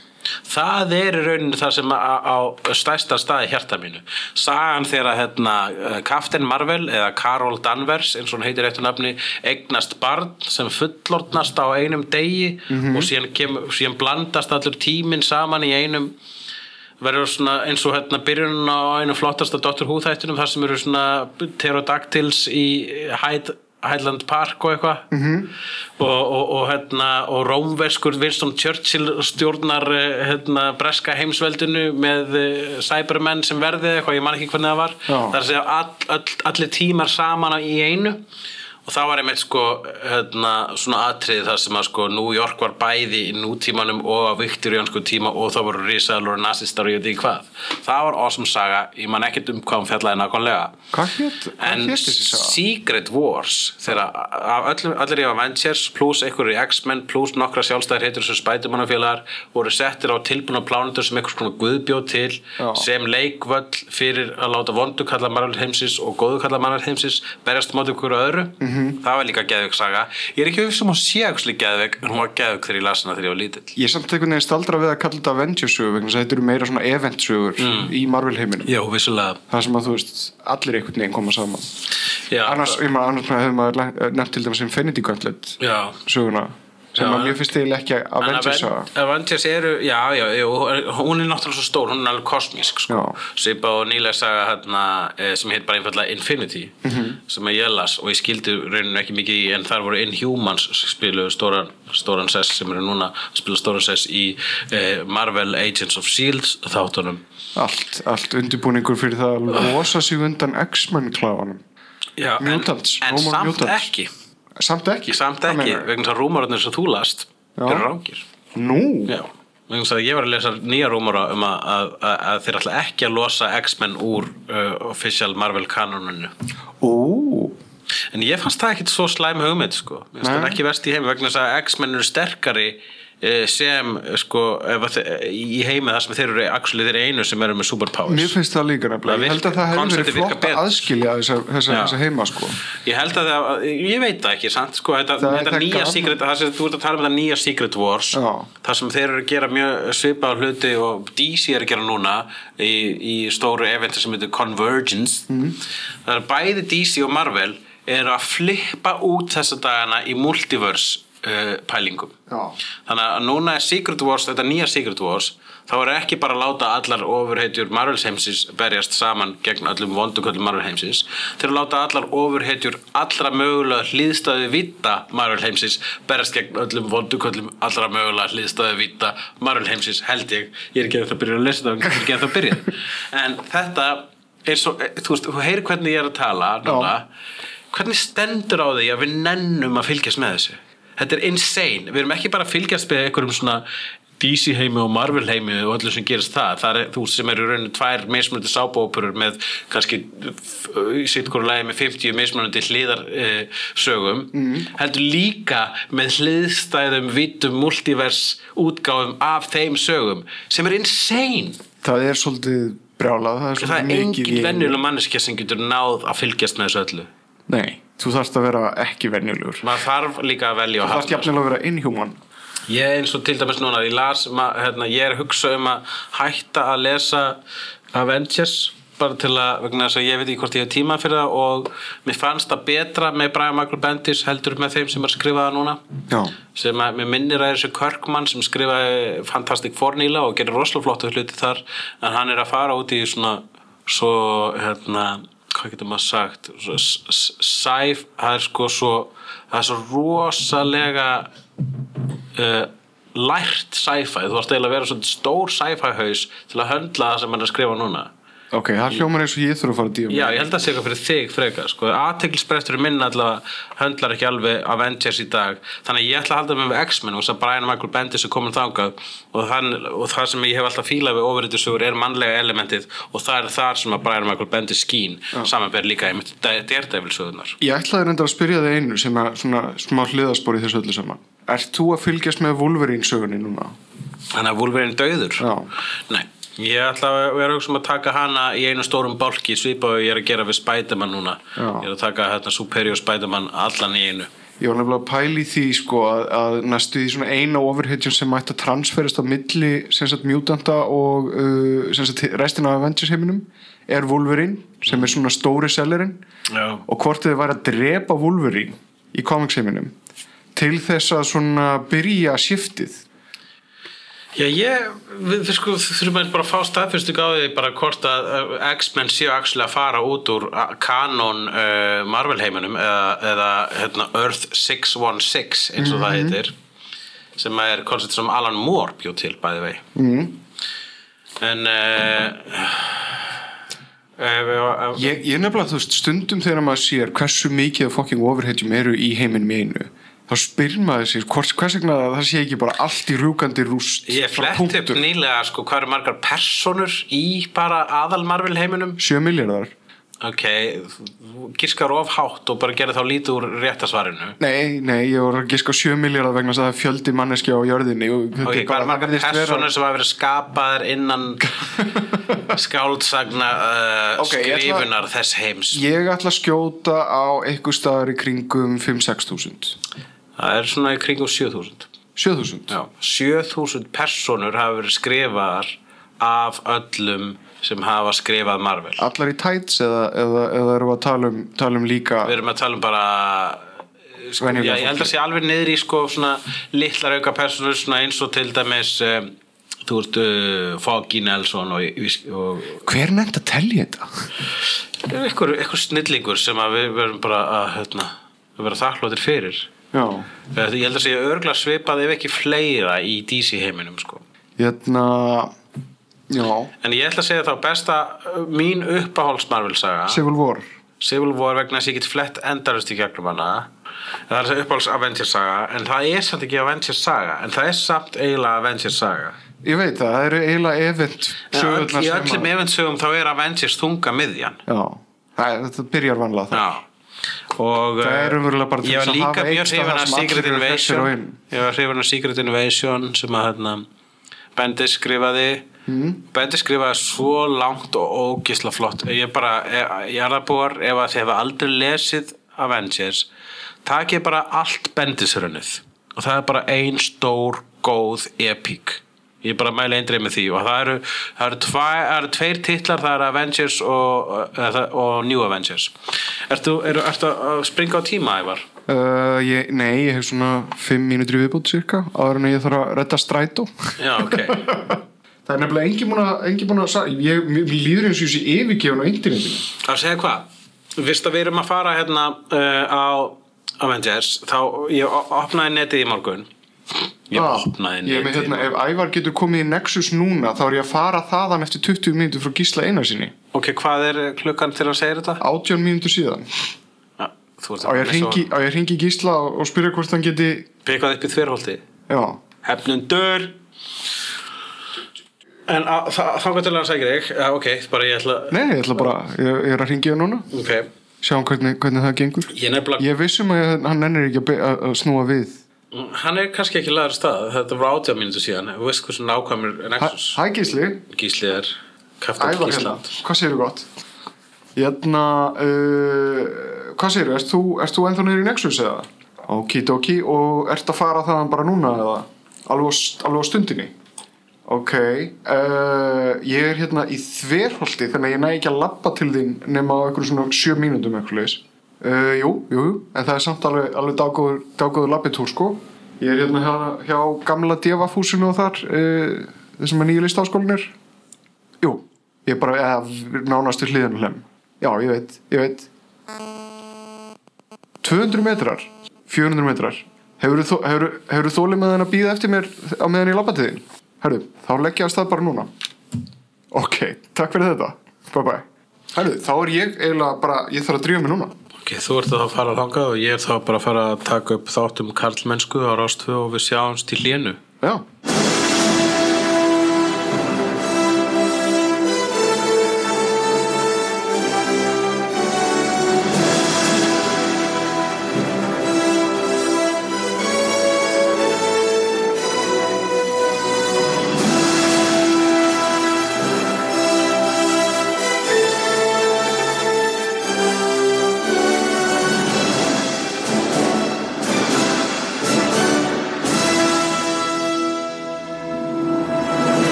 Speaker 4: það er í rauninu það sem á, á stæsta staði hjarta mínu sagan þegar að hérna, Captain Marvel eða Carol Danvers eins og hún heitir eftir nafni eignast barn sem fullortnast á einum degi og síðan, kem, síðan blandast allur tíminn saman í einum verður svona eins og hérna byrjun á einu flottasta Dr. Who þættinum þar sem eru svona pterodactyls í eh, Hyde, Highland Park og eitthvað -hmm. og, og, og hérna og rómverskur Winston Churchill stjórnar eh, hérna breska heimsveldinu með eh, Cybermen sem verði eitthvað, ég man ekki hvernig það var
Speaker 7: Já.
Speaker 4: það er að segja all, all, allir tímar saman á- í einu og það var einmitt sko hérna, svona atrið þar sem að sko New York var bæði í nútímanum og á vikturjónsku tíma og það voru risalur og nasistar og ég veit ekki hvað það var awesome saga, ég man ekkert um hvað hún fjallaði nákvæmlega
Speaker 7: hvað hétt
Speaker 4: en
Speaker 7: þessi sá?
Speaker 4: Secret Wars þegar af öllum, allir í Avengers pluss einhverju í X-Men pluss nokkra sjálfstæðir heitur sem Spidermanafélagar voru settir á tilbúna plánutur sem einhvers konar guðbjóð til
Speaker 7: Já.
Speaker 4: sem leikvöll fyrir að láta vondu kalla mannar heimsins og góðu kalla mannar heimsins berjast móti ykkur öðru
Speaker 7: Mhm.
Speaker 4: -hmm. það var líka geðveik saga ég er ekki við sem hún sé ekki geðveik en hún var geðveik þegar ég las hana þegar ég var lítill
Speaker 7: Ég samt einhvern veginn staldra við að kalla þetta Avengers sögur vegna þess að þetta eru meira svona event sögur
Speaker 4: Mm.
Speaker 7: í Marvel heiminum
Speaker 4: já, vissulega
Speaker 7: það sem að þú veist, allir einhvern veginn koma saman
Speaker 4: já,
Speaker 3: eh,
Speaker 7: annars, ég maður annars hefur maður le- nefnt til dæmis Infinity Gauntlet
Speaker 4: já,
Speaker 7: söguna
Speaker 3: sem
Speaker 4: Já,
Speaker 3: að
Speaker 4: en-
Speaker 3: mér finnst eiginlega ekki
Speaker 4: En
Speaker 3: Avengers saga
Speaker 4: Aven- Avengers eru, já, já, já, hún er náttúrulega svo stór, hún er alveg kosmísk sko.
Speaker 3: Já.
Speaker 4: Sipa og nýlega saga hérna, eh, sem heit bara einfallega Infinity
Speaker 3: Mhm.
Speaker 4: sem að ég las og ég skildi rauninu ekki mikið í en þar voru Inhumans spiluðu stóran, stóran sess sem eru núna að spila stóran sess í eh, Marvel Agents of S.H.I.E.L.D. E þáttunum
Speaker 3: allt, allt undirbúningur fyrir það
Speaker 4: Ah.
Speaker 3: að losa sig undan X-Men kláfanum
Speaker 4: já, en-
Speaker 3: Mutants,
Speaker 4: en,
Speaker 3: Roman
Speaker 4: samt
Speaker 3: Mutants.
Speaker 4: ekki
Speaker 3: samt ekki
Speaker 4: samt
Speaker 3: Hvað
Speaker 4: ekki,
Speaker 3: meinarðu?
Speaker 4: vegna þess að rúmararnir sem þú last
Speaker 3: Já.
Speaker 4: eru rángir
Speaker 3: nú,
Speaker 4: Já, vegna þess að ég var að lesa nýja rúmara um að, að, að, að þeir ætla ekki að losa X-Men úr uh, official Marvel kanoninu
Speaker 3: ó
Speaker 4: en ég fannst það ekkit svo slæm hugmynd sko. Mér fannst
Speaker 3: Nei.
Speaker 4: það ekki verst í heimi vegna þess að X-Men eru sterkari eh, sem eh, sko, ef að þe- í heimi það sem þeir eru actually þeir einu sem eru með
Speaker 3: Mér
Speaker 4: superpowers
Speaker 3: finnst það líka
Speaker 4: Það
Speaker 3: nefnilega, ég held að
Speaker 4: virkar-
Speaker 3: það hefur
Speaker 4: konceptið
Speaker 3: verið
Speaker 4: virkar
Speaker 3: flott
Speaker 4: betur.
Speaker 3: að aðskilja þessa, þessa,
Speaker 4: Já.
Speaker 3: þessa heima sko.
Speaker 4: ég held að það, að- ég veit það ekki sant, sko, þetta,
Speaker 3: Það-
Speaker 4: þetta
Speaker 3: það
Speaker 4: nýja
Speaker 3: gaf-
Speaker 4: secret það sem þú ert að tala um þetta nýja Secret Wars
Speaker 3: Já.
Speaker 4: það sem þeir eru að gera mjög svipað hluti og DC er að gera núna í, í stóru eventi sem heitir Convergence
Speaker 3: Mhm.
Speaker 4: það er bæði DC og Marvel eru að flippa út þessa dagana í multiverse uh, pælingum
Speaker 3: Já.
Speaker 4: þannig að núna er Secret Wars, þetta nýja Secret Wars þá er ekki bara að láta allar ofurhetjur Marvels heimsins berjast saman gegn öllum vonduköllum Marvel heimsins þeir eru að láta allar ofurhetjur allra mögulega hlýðstæðu vita Marvel heimsins berjast gegn öllum vonduköllum allra mögulega hlýðstæðu vita Marvel heimsins held ég ég er ekki að það byrja að lesa það ég er ekki að það byrja en þetta er svo, þú veist, þú heyrir hvernig ég er að tala núna, hvernig stendur á því að við nennum að fylgjast með þessu þetta er insane, við erum ekki bara að fylgjast með einhverjum svona DC heimi og Marvel heimi og öllu sem gerist það það er þú sem eru í rauninu tvær mismunandi sábópurur með kannski sitt hverju lagi með 50 mismunandi hliðar eh, sögum
Speaker 3: Mhm.
Speaker 4: heldur líka með hliðstæðum vittum multivers útgáfum af þeim sögum sem er insane
Speaker 3: Það er svolítið brjálað, það er
Speaker 4: það
Speaker 3: svolítið
Speaker 4: er
Speaker 3: mikið
Speaker 4: engin
Speaker 3: einu.
Speaker 4: venjuleg manneskja sem getur náð að fylgjast með þessu öllu
Speaker 3: Nei, þú þarfst að vera ekki venjulegur.
Speaker 4: maður þarf líka að velja
Speaker 3: Þú
Speaker 4: og
Speaker 3: þarfst
Speaker 4: hafna
Speaker 3: jafnilega að vera inhuman.
Speaker 4: Ég eins og til dæmis núna, ég las, um að- hérna, ég er að hugsa um að hætta að lesa Avengers bara til að, vegna þess að ég veit ekki hvort ég hef tíma fyrir það og mér fannst það betra með Brian Michael Bendis heldur með þeim sem er að skrifa það núna
Speaker 3: Já,
Speaker 4: sem að mér minnir að þessu Körkmann sem skrifaði Fantastic Four nýla og gerir rosalega flottu hluti þar en hann er að fara út í svona svo hérna hvað getur maður sagt svo s- s- sæf, það er sko svo það er svo rosalega uh, lært sci-fi, þú varst eiginlega að vera svona stór sci-fi haus til að höndla það sem hann er að skrifa núna
Speaker 3: ok, það hljómar eins og ég þurfa að fara að dífa.
Speaker 4: Já, ég held að það sé eitthvað fyrir þig frekar sko. aðteglisbresturinn minn allavega höndlar ekki alveg Avengers í dag þannig að ég ætla að halda mig með X-Men og þess að Brian Michael Bendis er komin þangað og, þann, og það sem ég hef alltaf fílað við ofurreytisugur er mannlega elementið og það er þar sem að Brian Michael Bendis skín samanber líka einmitt Daredevil-sögurnar
Speaker 3: Ég ætlaði reynda að spyrja þig einu sem er svona smá hliðaspor í þessu öllu saman. Ert þú að fylgjast með Wolverine sögunni núna?
Speaker 4: Þannig að Wolverine dauður
Speaker 3: Já.
Speaker 4: Nei, ég ætla að vera hugsa um að taka hana í einu stórum bálki svipaðu ég er að gera við Spiderman núna
Speaker 3: Já.
Speaker 4: Ég er að taka hérna Superior Spiderman allan í einu
Speaker 3: Ég var nefnilega að pæli því sko að, að næstu því svona eina overhedjun sem mætti að transferast á milli sem sagt mjútanda og uh, sem sagt restina af Avengers heiminum er Wolverine sem er svona stóri sellerinn
Speaker 4: Já.
Speaker 3: og hvort þið væri að drepa Wolverine í comics heiminum til þess að svona byrja shiftið
Speaker 4: Já, ég, við, við sko þurfum að bara að fá staðfyrstu gáði bara hvort að uh, X-Men séu actually að fara út úr uh, kanon uh, Marvel heiminum eða, eða hérna, Earth 616 eins og
Speaker 3: Mhm.
Speaker 4: það heitir sem er koncept sem Alan Moore bjó til bæði vei mm
Speaker 3: Mhm.
Speaker 4: en uh, uh, uh,
Speaker 3: Ég, ég nefnilega þú veist stundum þegar maður sér hversu mikið af fucking overhedjum eru í heiminum í einu þá spyr maður sér hvort, hvers vegna það sé ekki bara allt í rjúkandi rúst
Speaker 4: ég
Speaker 3: bara
Speaker 4: flett upp
Speaker 3: punktur.
Speaker 4: nýlega sko hvað eru margar personur í bara aðal Marvel heiminum
Speaker 3: Sjö miljardar
Speaker 4: Ok, þú gískar of hátt og bara gera þá lítið úr réttasvarinu.
Speaker 3: Nei, nei, ég voru að giska á 7 miljardar vegna þess að það er fjöldi manneskja á jörðinni og þetta
Speaker 4: Ok,
Speaker 3: er
Speaker 4: hvað
Speaker 3: bara-
Speaker 4: er margar
Speaker 3: það virðist vera-
Speaker 4: personur sem hafa verið skapaðar innan skáldsagna uh,
Speaker 3: Ok, ég ætla-
Speaker 4: skrifunar þess heims?
Speaker 3: Ég ætla að skjóta á einhver staðar í kringum 5-6 þúsund
Speaker 4: Það er svona í kringum 7000.
Speaker 3: 7 þúsund?
Speaker 4: Já, 7000 personur hafa verið skrifaðar af öllum sem hafa skrifað Marvel.
Speaker 3: Allar í tæts eða, eða, eða erum við að tala um, tala um líka
Speaker 4: Við erum að tala um bara sko,
Speaker 3: Venjulega
Speaker 4: já, ég held að
Speaker 3: fólki.
Speaker 4: sé alveg niður í sko, svona litlar auka personur svona eins og til dæmis um, þú veist uh, Foggy Nelson og, og,
Speaker 3: hver nefnd að telja þetta?
Speaker 4: og eitthvað, eitthvað snillingur sem að við verðum bara að, hérna, að vera þakklótir fyrir
Speaker 3: Já,
Speaker 4: Eh, ég held að sé örgla svipað ef ekki fleira í DC heiminum sko
Speaker 3: hérna já,
Speaker 4: En ég ætla að segja þá besta uh, mín uppáhalds Marvel saga
Speaker 3: Civil War
Speaker 4: Civil War vegna þess að ég get flett endarust í gegnum hana En það er þess að uppáhalds Avengers saga en það er samt ekki Avengers saga en það er samt eiginlega Avengers saga
Speaker 3: ég veit það, það eru eiginlega event
Speaker 4: En öll,
Speaker 3: sögurnar
Speaker 4: Í
Speaker 3: sem
Speaker 4: öllum
Speaker 3: að-
Speaker 4: eventsögum þá er Avengers þunga miðjan
Speaker 3: já, það, er- þetta byrjar vanlega það
Speaker 4: Já Og, eh,
Speaker 3: Það er raunverulega bara til
Speaker 4: ég var
Speaker 3: þess að
Speaker 4: líka
Speaker 3: hafa
Speaker 4: mjög
Speaker 3: eitt stað
Speaker 4: hrifin
Speaker 3: þar
Speaker 4: af
Speaker 3: sem allir
Speaker 4: Secret
Speaker 3: eru hressir og
Speaker 4: Invasion
Speaker 3: inn.
Speaker 4: ég var hrifin af Secret Invasion sem að hérna Bendis skrifaði mm. Bendis skrifaði svo langt og ógisla flott ég bara, ég- ég er að búar ef að þið hefur aldrei lesið Avengers takið bara allt Bendis hrunnið og það er bara ein stór góð epík ég bara mæli eindrið með því og það eru, það eru, tvæ, það eru tveir titlar það eru Avengers og, eða, og New Avengers ertu, er, ertu að springa á tíma, Ævar?
Speaker 3: Uh, ég, nei, ég hef svona 5 mínútur í viðbútt cirka, áður en ég þarf að redda strætó
Speaker 4: Já, ok
Speaker 3: það er nefnilega engin búin að, engin búin að sa- ég, mér mér líður eins og ég sé yfirgefin á internetinu
Speaker 4: að segja hvað Vist að við erum að fara hérna uh, á Avengers þá ég o- opnaði netið í morgun ég
Speaker 3: Ah,
Speaker 4: opnaði
Speaker 3: ég er
Speaker 4: netið
Speaker 3: með hérna,
Speaker 4: í
Speaker 3: ef Ævar getur komið í Nexus núna þá er ég að fara þaðan eftir 20 mínútur frá Gísla Einarsinni
Speaker 4: morgun. ok, hvað er klukkan til að segja þetta?
Speaker 3: 18 mínútur síðan
Speaker 4: Ah, þú ert
Speaker 3: á
Speaker 4: að
Speaker 3: ég hringi, á ég hringi í Gísla og, og spyrja hvort hann geti
Speaker 4: pekað upp í þverholti
Speaker 3: já,
Speaker 4: hefnundur en að- þa- þangað til að hann segja þig ah, ok, bara ég ætla
Speaker 3: nei, ég ætla bara ég, ég er að hringi hann núna,
Speaker 4: ok,
Speaker 3: sjáum hvernig, hvernig það gengur
Speaker 4: ég nefnilega
Speaker 3: ég vissum að ég- hann ennir ekki að, be- að, að snúa við
Speaker 4: hann er kannski ekki laður stað þetta var átjá mínútu síðan þú veist hversu nákvæmur
Speaker 3: Hæ,
Speaker 4: Nexus
Speaker 3: hæ Gísli,
Speaker 4: Gísli er kaftan
Speaker 3: Ævar hérna,
Speaker 4: Gísland
Speaker 3: hvað segirðu gott? Hérna, uh, hvað segirðu, ert þú, ert þú ennþá niður í Nexus eða? Okidoki, og ert að fara þaðan bara núna eða? Alveg, á st- alveg á stundinni? Ok, uh, ég er hérna í þverholti þannig að ég næ ekki að labba til þín nema á einhverjum svona sjö mínútum eitthvað leis. Uh, jú, jú, jú, en það er samt alveg, alveg dágóður, dágóður labbitúr sko. Ég er hérna hjá, hjá gamla devafúsinu og þar, uh, þessum er nýju listáskólinir. Jú, ég bara eða, nánast við hliðinu hlem. Já, ég veit, ég veit. 200 metrar, 400 metrar. Hefur þú hefurðu, hefurðu þólið með hann að býða eftir mér á meðan ég labba til þín? Herru, þá legg ég af stað bara núna. Ok, takk fyrir þetta. Bye bye. Herru, þá er ég eiginlega bara, ég þarf að drífa mig núna.
Speaker 4: Ok, þú ert að fara að hanga og ég er þá bara að fara að taka upp þátt um karlmennsku á Rástfu og við sjáumst í hlénu.
Speaker 3: Já.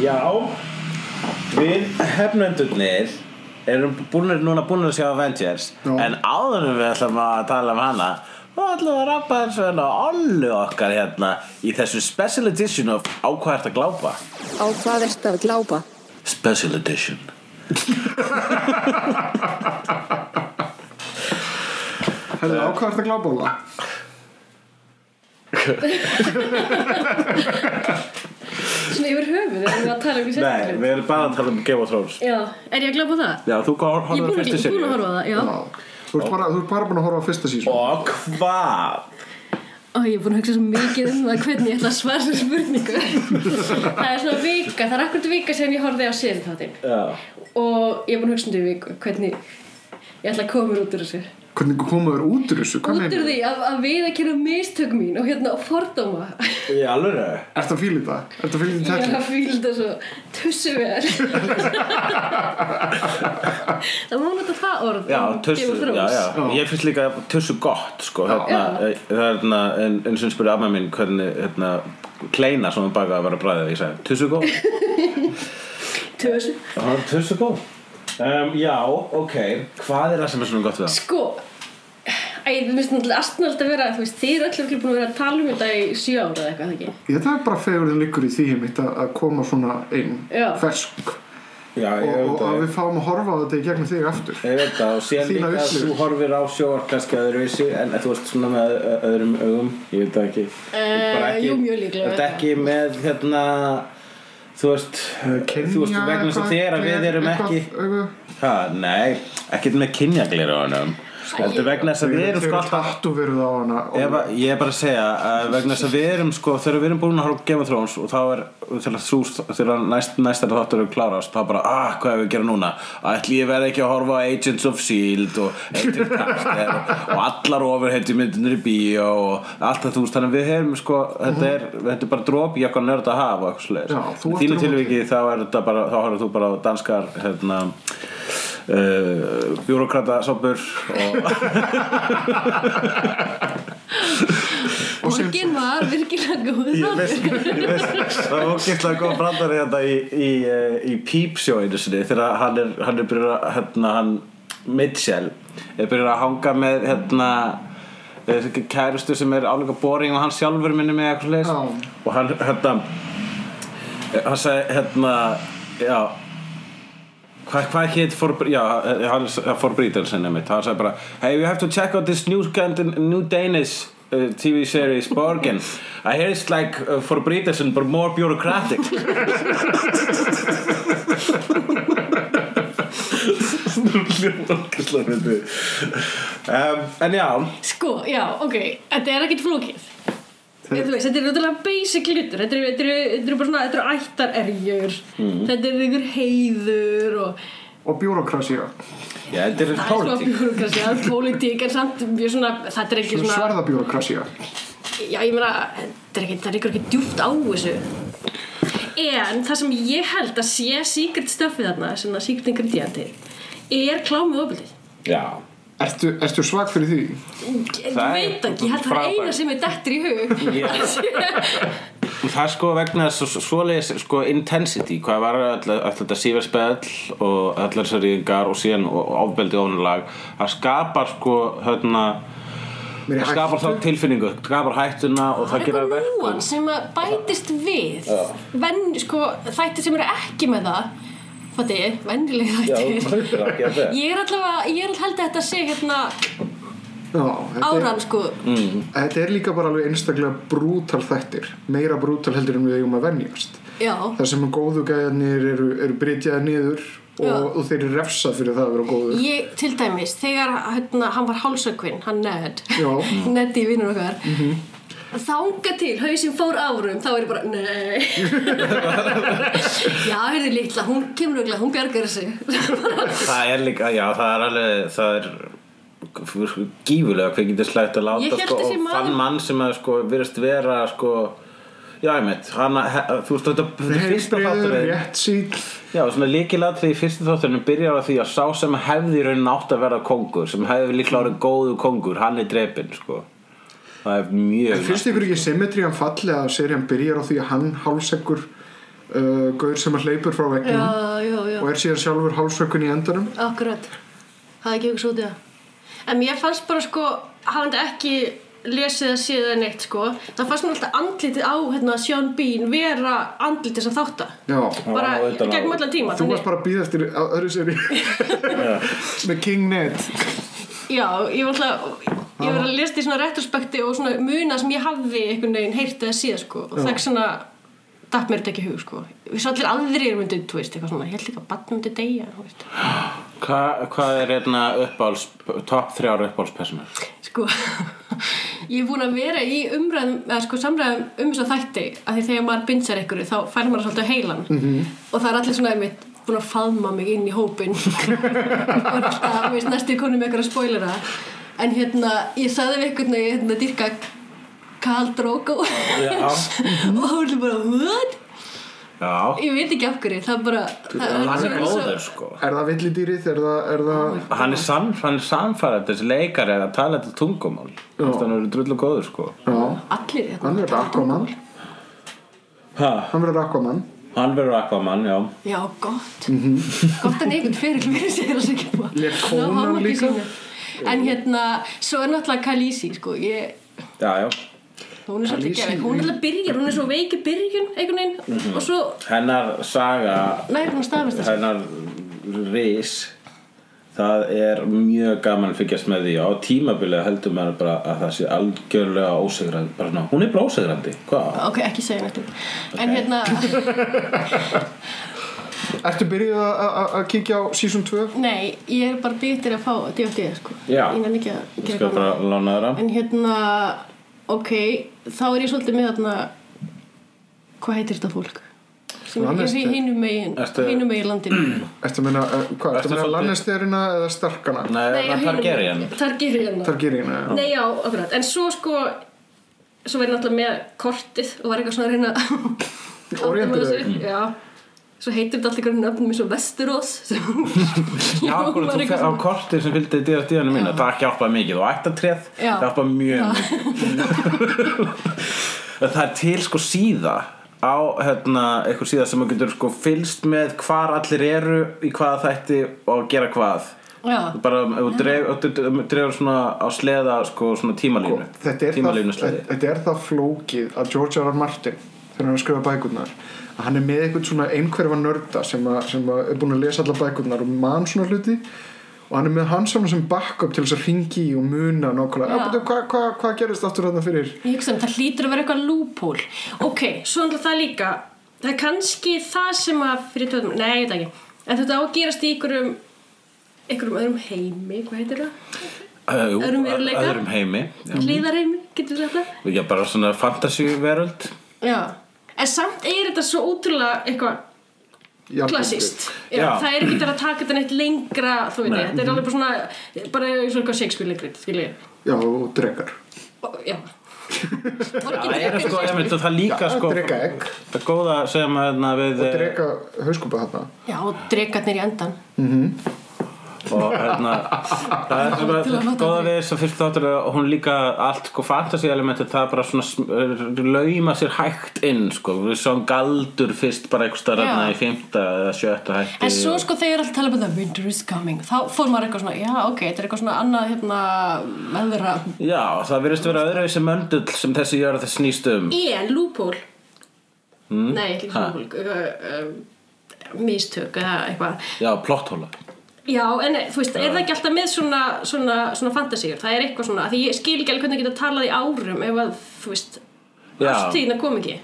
Speaker 2: Já, við hefnöndurnir erum búinir, núna búin að sjá Avengers
Speaker 3: Já.
Speaker 2: en áður en við ætlum að tala um hana þá ætlum við að rappa eins og hérna ollu okkar hérna í þessu special edition of á hvað ert að glápa
Speaker 5: Á hvað ertu að glápa?
Speaker 2: Special edition
Speaker 3: Herru, á hvað ertu að glápa hana?
Speaker 8: Svona yfir höfuð erum við að tala um í
Speaker 2: Nei,
Speaker 8: sérstaklega
Speaker 2: við erum bara að tala um Game of Thrones
Speaker 8: Já, er ég að glápa það?
Speaker 2: Já, þú horfður
Speaker 8: Ég er búin,
Speaker 2: fyrstu
Speaker 8: ég er búin að
Speaker 2: seríu.
Speaker 8: horfa á það, já
Speaker 3: Þú ert bara, þú ert bara búin að horfa á fyrsta sísón.
Speaker 2: Og hvað?
Speaker 8: Ó, ég er búin að hugsa svo mikið um það hvernig ég ætla að svara þessu spurningu Það er svona vika, það er akkurat vika sem ég horfði á sér þáttinn
Speaker 2: Já,
Speaker 8: Og ég er búin að hugsa um þetta í viku hvernig ég ætla að koma mér út úr þessu
Speaker 3: Hvernig komaður út úr þessu? Hvað
Speaker 8: Út úr
Speaker 3: meinarðu?
Speaker 8: því að, að við að kynna mistök mín og hérna og fordóma
Speaker 2: í alvöru
Speaker 3: Ertu að fíla þetta? Ertu að fíla
Speaker 8: Ég
Speaker 3: þetta
Speaker 8: er
Speaker 3: tekla?
Speaker 8: að fíla þetta svo tussu verð Það má nota það orð
Speaker 2: Já,
Speaker 8: um Game
Speaker 2: tussu,
Speaker 8: of Thrones.
Speaker 2: já, já. Ég finnst líka tussu gott, sko, hérna,
Speaker 8: Já.
Speaker 2: eh, það er hérna, en, eins og spurði amma mín hvernig, hérna, kleina sem hún bakaði að vera bræðið, ég sagði, tussu gott,
Speaker 8: Tussu
Speaker 2: Já, tussu gott. Um, já, ok, hvað er það sem er svona gott við það?
Speaker 8: Sko, Æ, mér finnst náttúrulega astnald að vera, þú veist, þið er öllum ekki búin að vera að tala um þetta í sjö ára eða eitthvað, ekki?
Speaker 3: Ég þetta er bara fegurðin liggur í því mitt að, að koma svona inn
Speaker 8: Já.
Speaker 3: fersk
Speaker 4: Já,
Speaker 3: og,
Speaker 4: ég veit
Speaker 3: og að
Speaker 4: að
Speaker 3: við fáum að horfa á þetta í gegnum þig aftur
Speaker 4: Ég veit það og síðan
Speaker 3: Þína
Speaker 4: líka að
Speaker 3: upplifun.
Speaker 4: þú horfir á sjóar kannski öðruvísi en þú veist svona með ö- öðrum augum ég veit það ekki,
Speaker 8: Eh,
Speaker 4: Bara
Speaker 8: jú, mjög líklega.
Speaker 4: Þú ert ekki með hérna þú veist,
Speaker 3: Kynja
Speaker 4: þú veist vegna þess
Speaker 3: eitthvað-
Speaker 4: að þér að við erum
Speaker 3: eitthvað-
Speaker 4: ekki
Speaker 3: eitthvað-
Speaker 4: ha, nei, ekkert með kynjaglir á honum
Speaker 3: Sko,
Speaker 4: heldur vegna þess að við erum
Speaker 3: Þau
Speaker 4: sko
Speaker 3: eru
Speaker 4: alltaf
Speaker 3: tattuveruð á hana og-
Speaker 4: Ef, að- ég er bara að segja að vegna þess að við erum sko, þegar við erum búin að horfa á Game of Thrones og þá er, þegar þú þegar næst, næstari þáttur er klárast, þá bara ah, hvað er við að gera núna? Ætli ég verði ekki að horfa á Agents of S.H.I.E.L.D. E og Agent Carter og allar ofurheiti myndinir í bíó og allt það þú veist, þannig að við hefum sko, þetta er, þetta er bara dropi í okkar nörd að hafa og eitthvað svoleiðis.
Speaker 3: Já, þú
Speaker 4: Í
Speaker 3: ert
Speaker 4: þínu
Speaker 3: á móti.
Speaker 4: tilviki þá er þetta bara, þá horfður þú bara á danskar, hérna Uh, bjúrokrata og
Speaker 8: Morgin var virkilega góð þáttur.
Speaker 4: Það var ógeðslega góð brandari þetta í, í, eh, í pípsjóinu sinni þegar hann er, hann er byrjur að hérna, hann, Mitchell er byrjur að hanga með hérna eh, kærustu sem er álega boring og hann sjálfur minni með eitthvað leys
Speaker 3: Já.
Speaker 4: og hann hérna eh, hann sagði hérna já Hvað hva hétt for, já, eh, hann, eh, for Britansen einmitt, hann sagði bara Hey, we have to check out this new, Scandi- new Danish uh, TV series Borgen I hear it's like uh, for Britansen but more bureaucratic um, En já,
Speaker 8: Sko, já, ok, þetta er ekkit flókið. Þú veist, þetta er náttúrulega basic hlutur, þetta eru- þetta eru þetta eru bara svona, þetta eru ættarerjur, þetta eru ykkur heiður og
Speaker 3: og bjúrokrasía
Speaker 4: já þetta er
Speaker 8: það er
Speaker 4: politík
Speaker 8: svona bjúrokrasi, það er pólitík en samt mjög svona, þetta er ekki svona,
Speaker 3: sverðabjúrokrasía
Speaker 8: já ég meina, þetta er ekki, það er ykkur ekki djúpt á þessu. En það sem ég held að sé secret stuffið þarna, svona secret ingredienti, er klámið ofildið.
Speaker 4: Já,
Speaker 3: Ertu, ertu svag fyrir því?
Speaker 8: Ég
Speaker 4: Það er
Speaker 8: veit ekki, ég held að það er
Speaker 4: frábært.
Speaker 8: eina sem er dettur í hug.
Speaker 4: Það er sko vegna svo, svoleiðis sko intensity, hvað var alltaf þetta síferspell og allar þessar rýðingar og síðan og og ofbeldi ónulag það skapar sko hérna
Speaker 3: Meiri
Speaker 4: það skapar þá
Speaker 3: hættu?
Speaker 4: tilfinningu, það skapar hættuna og það sko. gera
Speaker 8: eitthvað
Speaker 4: verk
Speaker 8: núan sem að bætist við venn, sko, þættir sem eru ekki með það fætti ég, vennileg þættir ég er allavega, ég er alltaf held að þetta sé hérna
Speaker 3: Já, þetta er-
Speaker 8: áran sko
Speaker 3: Þetta er líka bara alveg einstaklega brútal þættir meira brútal heldur en við eigum að venjast
Speaker 8: já,
Speaker 3: þar sem góðu gæðanir eru, eru brytjaði niður
Speaker 8: Já.
Speaker 3: og, og þeir eru refsað fyrir það að vera góður
Speaker 8: ég til dæmis þegar hérna, hann var hálsökvinn, hann Ned
Speaker 3: Já. Mhm.
Speaker 8: Neddi vinnur okkar þanga til, hausinn fór árum þá er ég bara, nei já, hérna litla, hún kemur örugglega, hún bjargar þessu
Speaker 4: það er líka, já það er alveg það er gífulega hvað getur slægt að
Speaker 8: Ég
Speaker 4: láta
Speaker 8: hélt
Speaker 4: sko,
Speaker 8: þessi
Speaker 4: og
Speaker 8: maður-
Speaker 4: þann mann sem að sko virðist vera sko já ég meitt, hana, he, þú veist þetta þetta er fyrsta
Speaker 3: Heilbrigður,
Speaker 4: þátturinn.
Speaker 3: rétt síl
Speaker 4: Já, svona líkilatri í fyrstu þátturinn byrjar á því að sá sem hefði í raunin átt að vera kongur sem hefði líklega orðið góðu kongur hann er drepinn, sko það er mjög
Speaker 3: Finnst ykkur ekki symmetriðan falli að serían byrjar á því að hann hálseggur uh, gaur sem að hleypur frá veggnum
Speaker 8: já, já, já
Speaker 3: og er síðan sjálfur hálsökun í endanum
Speaker 8: Akkurat, það er ekki hugsað út í það En mér fannst bara sko, hafandi ekki lesið að séð það neitt sko Það fannst mér alltaf andlitið á hérna Sean Bean vera andlitið sem þátt að
Speaker 3: Já,
Speaker 8: Bara
Speaker 4: hann á utan á-
Speaker 8: gegnum allan tíma
Speaker 3: þú varst bara að býða eftir að öðru séri með King Ned
Speaker 8: Já, ég var alltaf, ég var að lesa því svona retrospekti og svona muna sem ég hafði einhvern veginn heyrt eða séð sko Og það er svona, datt mér þetta ekki í hug sko Við svo allir aðrir myndið, þú veist, eitthvað svona Ég held líka að batn myndið deyja, þú veist
Speaker 4: hvað er hérna uppáls top þrjár uppálspersonur?
Speaker 8: sko ég er búin að vera í umræðum eða sko samræðum um þess að þætti af því þegar maður bindsar einhverju þá fær maður svolítið á heilan -hmm. og það er allir svona einmitt búin að faðma mig inn í hópin og alltaf, þú veist, næstu konu með eitthvað að spoilera en hérna, ég sagði við einhvern veginn hérna, dýrka Karl Drogo og hún er bara, what?
Speaker 4: Já,
Speaker 8: ég veit ekki af hverju, það er bara það
Speaker 4: hann er
Speaker 8: svo-
Speaker 4: góður, sko
Speaker 3: Er það villidýrið? Er það, er það
Speaker 4: hann er, sam, hann er samfærað þessi leikari að tala þetta tungumál þannig að hann er drullu góður, sko
Speaker 3: Já,
Speaker 8: allir hérna.
Speaker 3: hann verður Aquaman
Speaker 4: ha,
Speaker 3: Hann verður Aquaman
Speaker 4: hann verður Aquaman, já
Speaker 8: Já, gott. Gott að neikur fyrir fyrir sér að segja búa.
Speaker 3: Lék kónan líka?
Speaker 8: en hérna, svo er náttúrulega Khaleesi sko, ég
Speaker 4: já, já
Speaker 8: hún er svolítið
Speaker 9: Khaleesi,
Speaker 8: gerð, hún er alltaf byrjar hún er svo veik í byrjun einhvern veginn
Speaker 4: Mhm.
Speaker 8: og svo
Speaker 4: hennar saga
Speaker 8: nær hún að staðfesta sig.
Speaker 4: hennar ris það er mjög gaman að fylgjast með því á tímabilið heldur maður bara að það sé algjörlega ósegrandi bara svona, hún er bara ósegrandi hvað?
Speaker 8: ok, ekki segja nættum en hérna,
Speaker 3: Ertu byrjuð að- að að- að kíkja á season 2?
Speaker 8: nei, ég er bara býttir að fá DVD sko,
Speaker 4: Já.
Speaker 8: ég nefn ekki að
Speaker 4: ég
Speaker 8: gera
Speaker 4: skal
Speaker 8: annað.
Speaker 4: bara lána þeirra
Speaker 8: En hérna, ok, þá er ég svolítið með þarna, hvað heitir þetta fólk? Sem er
Speaker 3: Lannister.
Speaker 8: í hinum megin,
Speaker 4: Ertu-
Speaker 8: hinum megin landinu.
Speaker 3: Ertu að meina, uh, hvað, ertu
Speaker 4: Ertu
Speaker 3: að meina
Speaker 4: svolítið-
Speaker 3: lannesterina eða sterkana?
Speaker 4: nei,
Speaker 8: Nei, á
Speaker 4: það
Speaker 8: hinum
Speaker 4: er Targaryen
Speaker 8: megin. Targaryen.
Speaker 3: Þar gerir hérna, já.
Speaker 8: Nei, já, akkurat. En svo sko, svo var ég náttúrulega með kortið og var eitthvað svona að reyna að...
Speaker 3: Orientera
Speaker 8: átta mig á þessu. Já. Svo heitir þetta alltaf einhvern nöfnum eins og Vesteros. sem-
Speaker 4: Já,
Speaker 8: Ég
Speaker 4: akkurat,
Speaker 8: var
Speaker 4: þú
Speaker 8: eitthvað
Speaker 4: fer á
Speaker 8: svona-
Speaker 4: kortið sem fylgdi DFD-anu mína, það hjálpaði mikið og ættatréð, það
Speaker 8: Já.
Speaker 4: hjálpaði mjög mikið Það er til sko síða á hérna, eitthvað síða sem maður getur sko fylgst með hvar allir eru í hvaða þætti og gera hvað
Speaker 8: Já.
Speaker 4: bara ef þú dreif- ef þú dregur svona á sleða sko svona tímalínu
Speaker 3: þetta er,
Speaker 4: tímalínu
Speaker 3: það,
Speaker 4: sleði
Speaker 3: þetta er það flókið að George R. R. Martin þegar hann er að skrifa bækurnar að hann er með einhvern svona einhverfa nörda sem, að, sem að er búin að lesa alla bækurnar og man svona hluti og hann er með hans svona sem backup til þess að ringi í og muna nákvæmlega
Speaker 8: Já.
Speaker 3: ja. hvað hva, hva hvað gerist aftur þarna fyrir
Speaker 8: Ég hugsa um það hlýtur að vera eitthvað lúpól Ok, svo er það líka Það er kannski það sem að fyrir tjóðum Nei, ég veit það ekki En þetta á að gerast í einhverjum einhverjum öðrum heimi, hvað heitir það? Öðrum veruleika?
Speaker 4: öðrum heimi já.
Speaker 8: Hliðarheimi, getur við þetta?
Speaker 4: já, bara svona fantasíveröld
Speaker 8: Já En samt er þetta svo ótrúlega eitthvað
Speaker 3: Jarðbungu.
Speaker 8: klassist Já,
Speaker 4: Já.
Speaker 8: Það er ekki þetta að taka þetta neitt lengra þú veit,
Speaker 4: Nei.
Speaker 8: þetta er alveg bara svona bara eins og eitthvað Shakespeare leikrit, skilji
Speaker 3: já og drekar
Speaker 8: Já
Speaker 4: það er sko, einmitt, og það líka
Speaker 3: að
Speaker 4: sko
Speaker 3: dreka egg
Speaker 4: það góða sem hérna við
Speaker 3: og dreka hauskúpa þarna
Speaker 8: Já, og dregarnir í endan
Speaker 4: og hérna það er svona
Speaker 8: Til að nota
Speaker 4: góða
Speaker 8: þig.
Speaker 4: við þess að fyrst þáttur eh, og hún líka allt sko fantasy elementu það er bara svona sm- er- lauma sér hægt inn sko við sáum galdur fyrst bara einhvers staðar
Speaker 8: Já.
Speaker 4: hérna í fymta eða sjötta hætti
Speaker 8: En svo
Speaker 4: og-
Speaker 8: sko þegar alltaf tala um þetta Winter is coming, þá fór maður eitthvað svona Já, ok, þetta er eitthvað svona annað hérna meðra
Speaker 4: Já, það virðist vera öðruvísi möndull sem þessi jörð snýst um
Speaker 8: En lúpól mm? Nei, ekki
Speaker 4: Hmm? Ha.
Speaker 8: lúpól uh, uh, Mistök eða eitthvað
Speaker 4: Já, plotthóla
Speaker 8: Já, en þú veist, er það ekki alltaf með svona, svona, svona fantasíur? Það er eitthvað svona, því ég skil ekki alveg hvernig geta talað í árum ef að, þú veist,
Speaker 4: Já.
Speaker 8: ástíðina kom ekki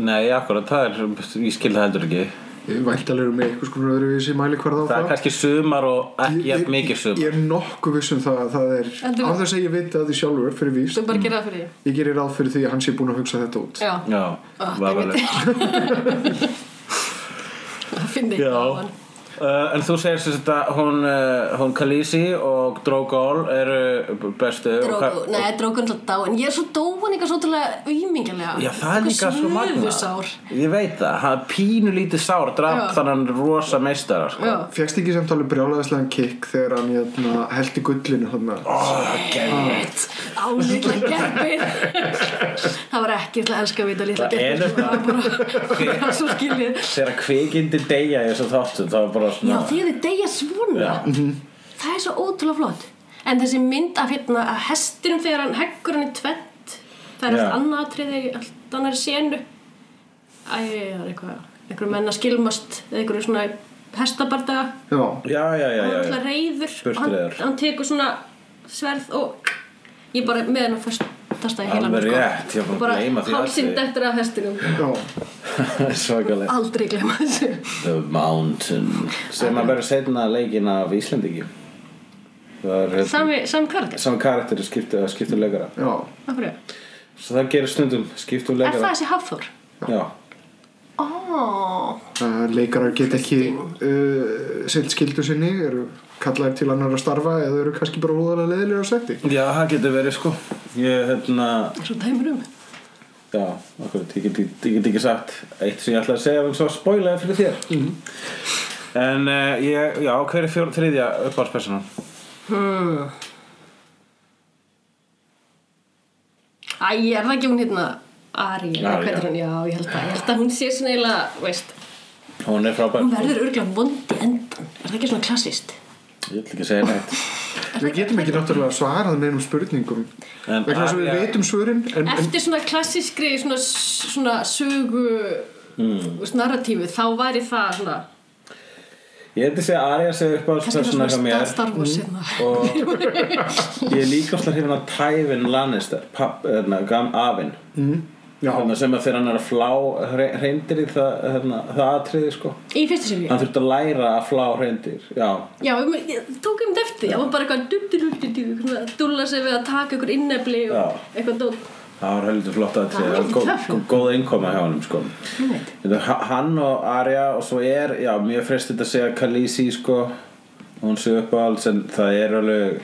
Speaker 4: Nei, akkurat, það er, ég skil það heldur ekki
Speaker 3: væntalega með einhvers konar öðruvísi mæli hvar
Speaker 4: Það er kannski sumar og ekki jafn mikið
Speaker 3: ég,
Speaker 4: sumar
Speaker 3: ég er nokkuð viss um það að það er
Speaker 8: En þú-
Speaker 3: á þess að ég veit að því sjálfur fyrir víst
Speaker 8: Þú bara gera það fyrir því
Speaker 3: ég gerir ráð fyrir því að hann sé búin að hugsa þetta út
Speaker 8: Já,
Speaker 4: Já, vafalega
Speaker 8: það finni
Speaker 4: Já
Speaker 8: á hann.
Speaker 4: Uh, en þú segir sem þetta hún, uh, hún Khaleesi og Drogol eru bestu og
Speaker 8: Dróku,
Speaker 4: hvað-
Speaker 8: nei, dróku er alltaf dáin Ég er svo dóan eitthvað svo tjóðlega umingilega
Speaker 4: Já, það er líka svo magna
Speaker 8: Svöfusár
Speaker 4: Ég veit það, hann pínu lítið sár draf
Speaker 8: Já.
Speaker 4: þannan rosa meistara sko.
Speaker 8: Já,
Speaker 3: Fegst ekki samt alveg brjálæðislegan kikk þegar hann hérna, held í gullinu hann
Speaker 4: Ah.
Speaker 8: álítla gerpir Það var ekki, ég ætla að elska að vita lítla
Speaker 4: Það er
Speaker 8: gerpir Það
Speaker 4: nefnilega-
Speaker 8: var bara, það svo skiljið
Speaker 4: Þegar kvikindi deyja í þessu þáttum þá er bara
Speaker 8: Já,
Speaker 4: svona
Speaker 8: því að þið deyja svona Það er svo ótrúlega flott En þessi mynd af hérna, að hestinum þegar hann heggur hann í tvent Það er
Speaker 4: Já.
Speaker 8: allt annað atriði, í allt annar senu Æ, það er eitthvað einhverjum menn að skilmast eða einhverjum svona hestabardaga
Speaker 3: Já,
Speaker 4: Já, já, já, já,
Speaker 8: og hann
Speaker 4: já.
Speaker 8: alltaf reyður og hann,
Speaker 4: Burtreiður.
Speaker 8: hann tekur svona sverð og ég bara með hann að fastasta í heilanum
Speaker 4: Alveg rétt, ég var búin að
Speaker 8: og bara
Speaker 4: gleyma því
Speaker 8: hálsinn
Speaker 4: atriði.
Speaker 8: dettur af hestinum
Speaker 3: já,
Speaker 4: Svakalega
Speaker 8: aldrei gleyma þessu
Speaker 4: The Mountain sem að vera setna leikin af Íslandingi það er hérna
Speaker 8: sami, sami karakter
Speaker 4: saman karakter skiptu, skiptu leikara
Speaker 3: já
Speaker 8: Af hverju? er
Speaker 4: svo það gerir stundum skiptu
Speaker 8: það
Speaker 4: leikara
Speaker 8: þessi Hafþór?
Speaker 4: já,
Speaker 8: ó,
Speaker 3: uh, Leikarar get ekki uh, silt skildu sinni eru kallaðir til annar að starfa eða eru kannski bara húðalega leðilega á setti
Speaker 4: já, það getur verið sko ég hérna
Speaker 8: svo dæmur um
Speaker 4: já, okkur, ég get, ég get ekki sagt eitt sem ég ætlaði að segja en svo spoilaði fyrir þér Mhm. en uh, ég, já, hver er fjör, þriðja uppáhaldspersonan
Speaker 8: Æ, er það ekki hún hérna Ari, já,
Speaker 4: Ari, já.
Speaker 8: hún, já, ég held að, ég held að hún sé svona eiginlega, veist,
Speaker 4: hún er frábær
Speaker 8: hún verður örgulega vondi endan, er það ekki svona klassist?
Speaker 4: Ég ætla ekki að segja neitt
Speaker 3: Við getum ekki náttúrulega svarað með einum spurningum
Speaker 4: En-
Speaker 3: vegna þess að við
Speaker 4: Ja.
Speaker 3: veitum svörin en, en
Speaker 8: eftir svona klassískri svona, svona sögu
Speaker 4: Hmm.
Speaker 8: mm. narratífi þá væri það svona,
Speaker 4: Ég ætla að segja að Arja segja upp á
Speaker 8: kannski það
Speaker 4: hjá
Speaker 8: svona
Speaker 4: mér Hmm.
Speaker 8: Star Wars hérna
Speaker 4: og ég er líka alltaf hrifin að Tævin Lannister papp, erna, gam afinn
Speaker 3: já,
Speaker 4: hérna, sem að þegar hann er að flá reyndir í það, hérna, það atriði sko.
Speaker 8: í fyrstu séri
Speaker 4: hann þurfti að læra að flá reyndir já,
Speaker 8: já, ég mun- ég tók um defti það var bara eitthvað duttiluttitu dúlla sig við að taka ykkur innefli
Speaker 4: Já.
Speaker 8: og eitthvað dót
Speaker 4: það var heldur flott
Speaker 8: Það var
Speaker 4: atriði
Speaker 8: ekki töff, sko.
Speaker 4: góð, góð innkoma hjá honum sko. Hérna, ha- hann og Arja og svo er, já, mjög frestið að segja Khaleesi sko hún sé upp á alls en það er alveg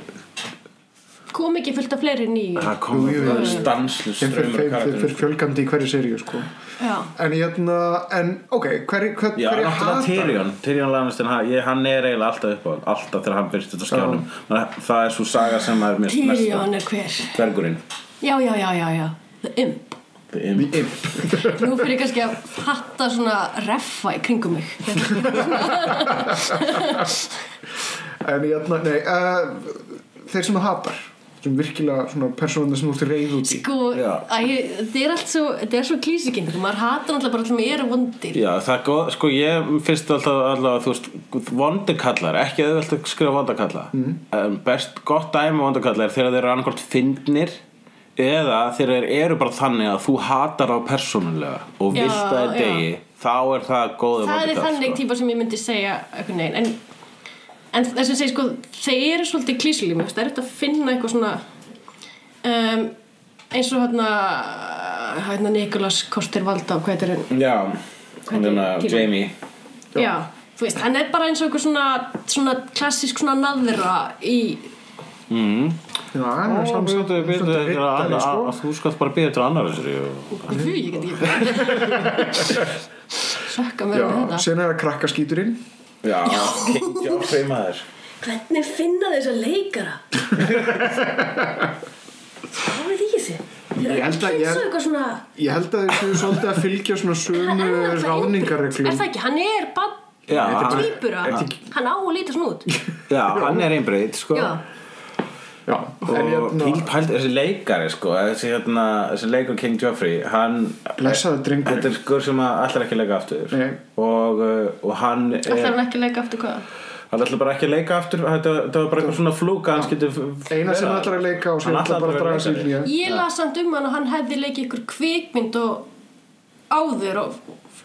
Speaker 8: kom ekki fullt af fleiri nýju
Speaker 4: það kom
Speaker 3: Jú, jú, jú.
Speaker 4: stanslu
Speaker 3: þeim
Speaker 4: strömmur
Speaker 3: fyrir- þeim fyrir fjölgandi í hverju seríu sko.
Speaker 8: já,
Speaker 3: en hérna, en ok hver, hver,
Speaker 4: Já,
Speaker 3: hver
Speaker 4: náttúrulega Tyrion Tyrion Lannister, hann, ég, hann er eiginlega alltaf upp á alltaf þegar hann byrst þetta skjánum Þannig að það er svo saga sem maður mest
Speaker 8: Tyrion er hver
Speaker 4: Dvergurinn
Speaker 8: já, já, já, já, já, the imp
Speaker 4: The Imp.
Speaker 8: nú fyrir ég kannski að fatta svona reffa í kringum mig
Speaker 3: en hérna, nei uh, þeir sem það hatar sem virkilega svona persónuna sem þú ert reyð út í
Speaker 8: sko,
Speaker 4: Já.
Speaker 8: æ, þetta er allt svo þetta er svo klísikinn, maður hatar alltaf bara alltaf með eru vondir
Speaker 4: Já, það er góð, sko ég finnst alltaf, alltaf þú veist, vondikallar ekki að þau skrifa vondakalla mm. um, best gott dæmi vondakallar er þegar þeir eru annarkvort fyndnir eða þegar þeir eru bara þannig að þú hatar á persónulega og
Speaker 8: Já,
Speaker 4: vilt að það
Speaker 8: já.
Speaker 4: degi þá er það sko. góði
Speaker 8: það er
Speaker 4: vondakall
Speaker 8: þannig típa sem ég myndi segja einhvern veginn, en, en þess að segja sko, þeir eru svolítið klísilí mér finnst erfitt að finna eitthvað svona um, eins og hérna hérna Nikolas Koster Valda hvað þetta er hann?
Speaker 4: Já,
Speaker 8: Hvernig
Speaker 4: þannig að
Speaker 8: tíma?
Speaker 4: Jamie
Speaker 8: Já. þú veist, hann er bara eins og einhver svona, svona klassísk svona naðra í,
Speaker 3: já, en
Speaker 4: Ó,
Speaker 3: samt-
Speaker 4: byrju, byrju,
Speaker 3: samt
Speaker 4: þetta er
Speaker 3: riddari,
Speaker 4: annað-
Speaker 3: sko.
Speaker 4: að Þú skalt bara byrja eftir annar þessu
Speaker 8: því ég get ekki sökka mér
Speaker 3: Já,
Speaker 8: með þetta
Speaker 3: sen er það krakkaskíturinn
Speaker 4: Já, King Joffrey maður
Speaker 8: hvernig finna þess að leikara hvað er því þessi
Speaker 3: Ég held að- ég-
Speaker 8: Eins og eitthvað svona
Speaker 3: Ég held að þeir séu svolítið að fylgja svona sömu
Speaker 8: ráningarreglum er
Speaker 3: ráningarreglum
Speaker 8: það ekki, hann er bara
Speaker 4: Já, hann,
Speaker 8: tvíbura hann á að líta svona út
Speaker 4: já, hann er einbreyð sko.
Speaker 8: já,
Speaker 3: Já,
Speaker 4: Og
Speaker 3: en hérna
Speaker 4: Píl Pælt, þessi leikari sko, þessi, hérna, þessi leikur King Joffrey hann,
Speaker 3: Blessaður drengurinn.
Speaker 4: Þetta er skur sem að allar ekki að leika aftur
Speaker 3: Nei.
Speaker 4: og, uh, og hann er,
Speaker 8: ætlar hann ekki að leika aftur hvað
Speaker 4: hann ætlar bara ekki að leika aftur þetta, þetta var bara eitthvað svona flúka hans getur
Speaker 3: Eina sem hann ætlar að leika og sem
Speaker 4: Hann
Speaker 3: ætlar bara að
Speaker 4: vera
Speaker 3: draga sig í
Speaker 4: leikari.
Speaker 3: hlýja
Speaker 8: ég las samt um hann og hann hefði leikið ykkur kvikmynd og áður og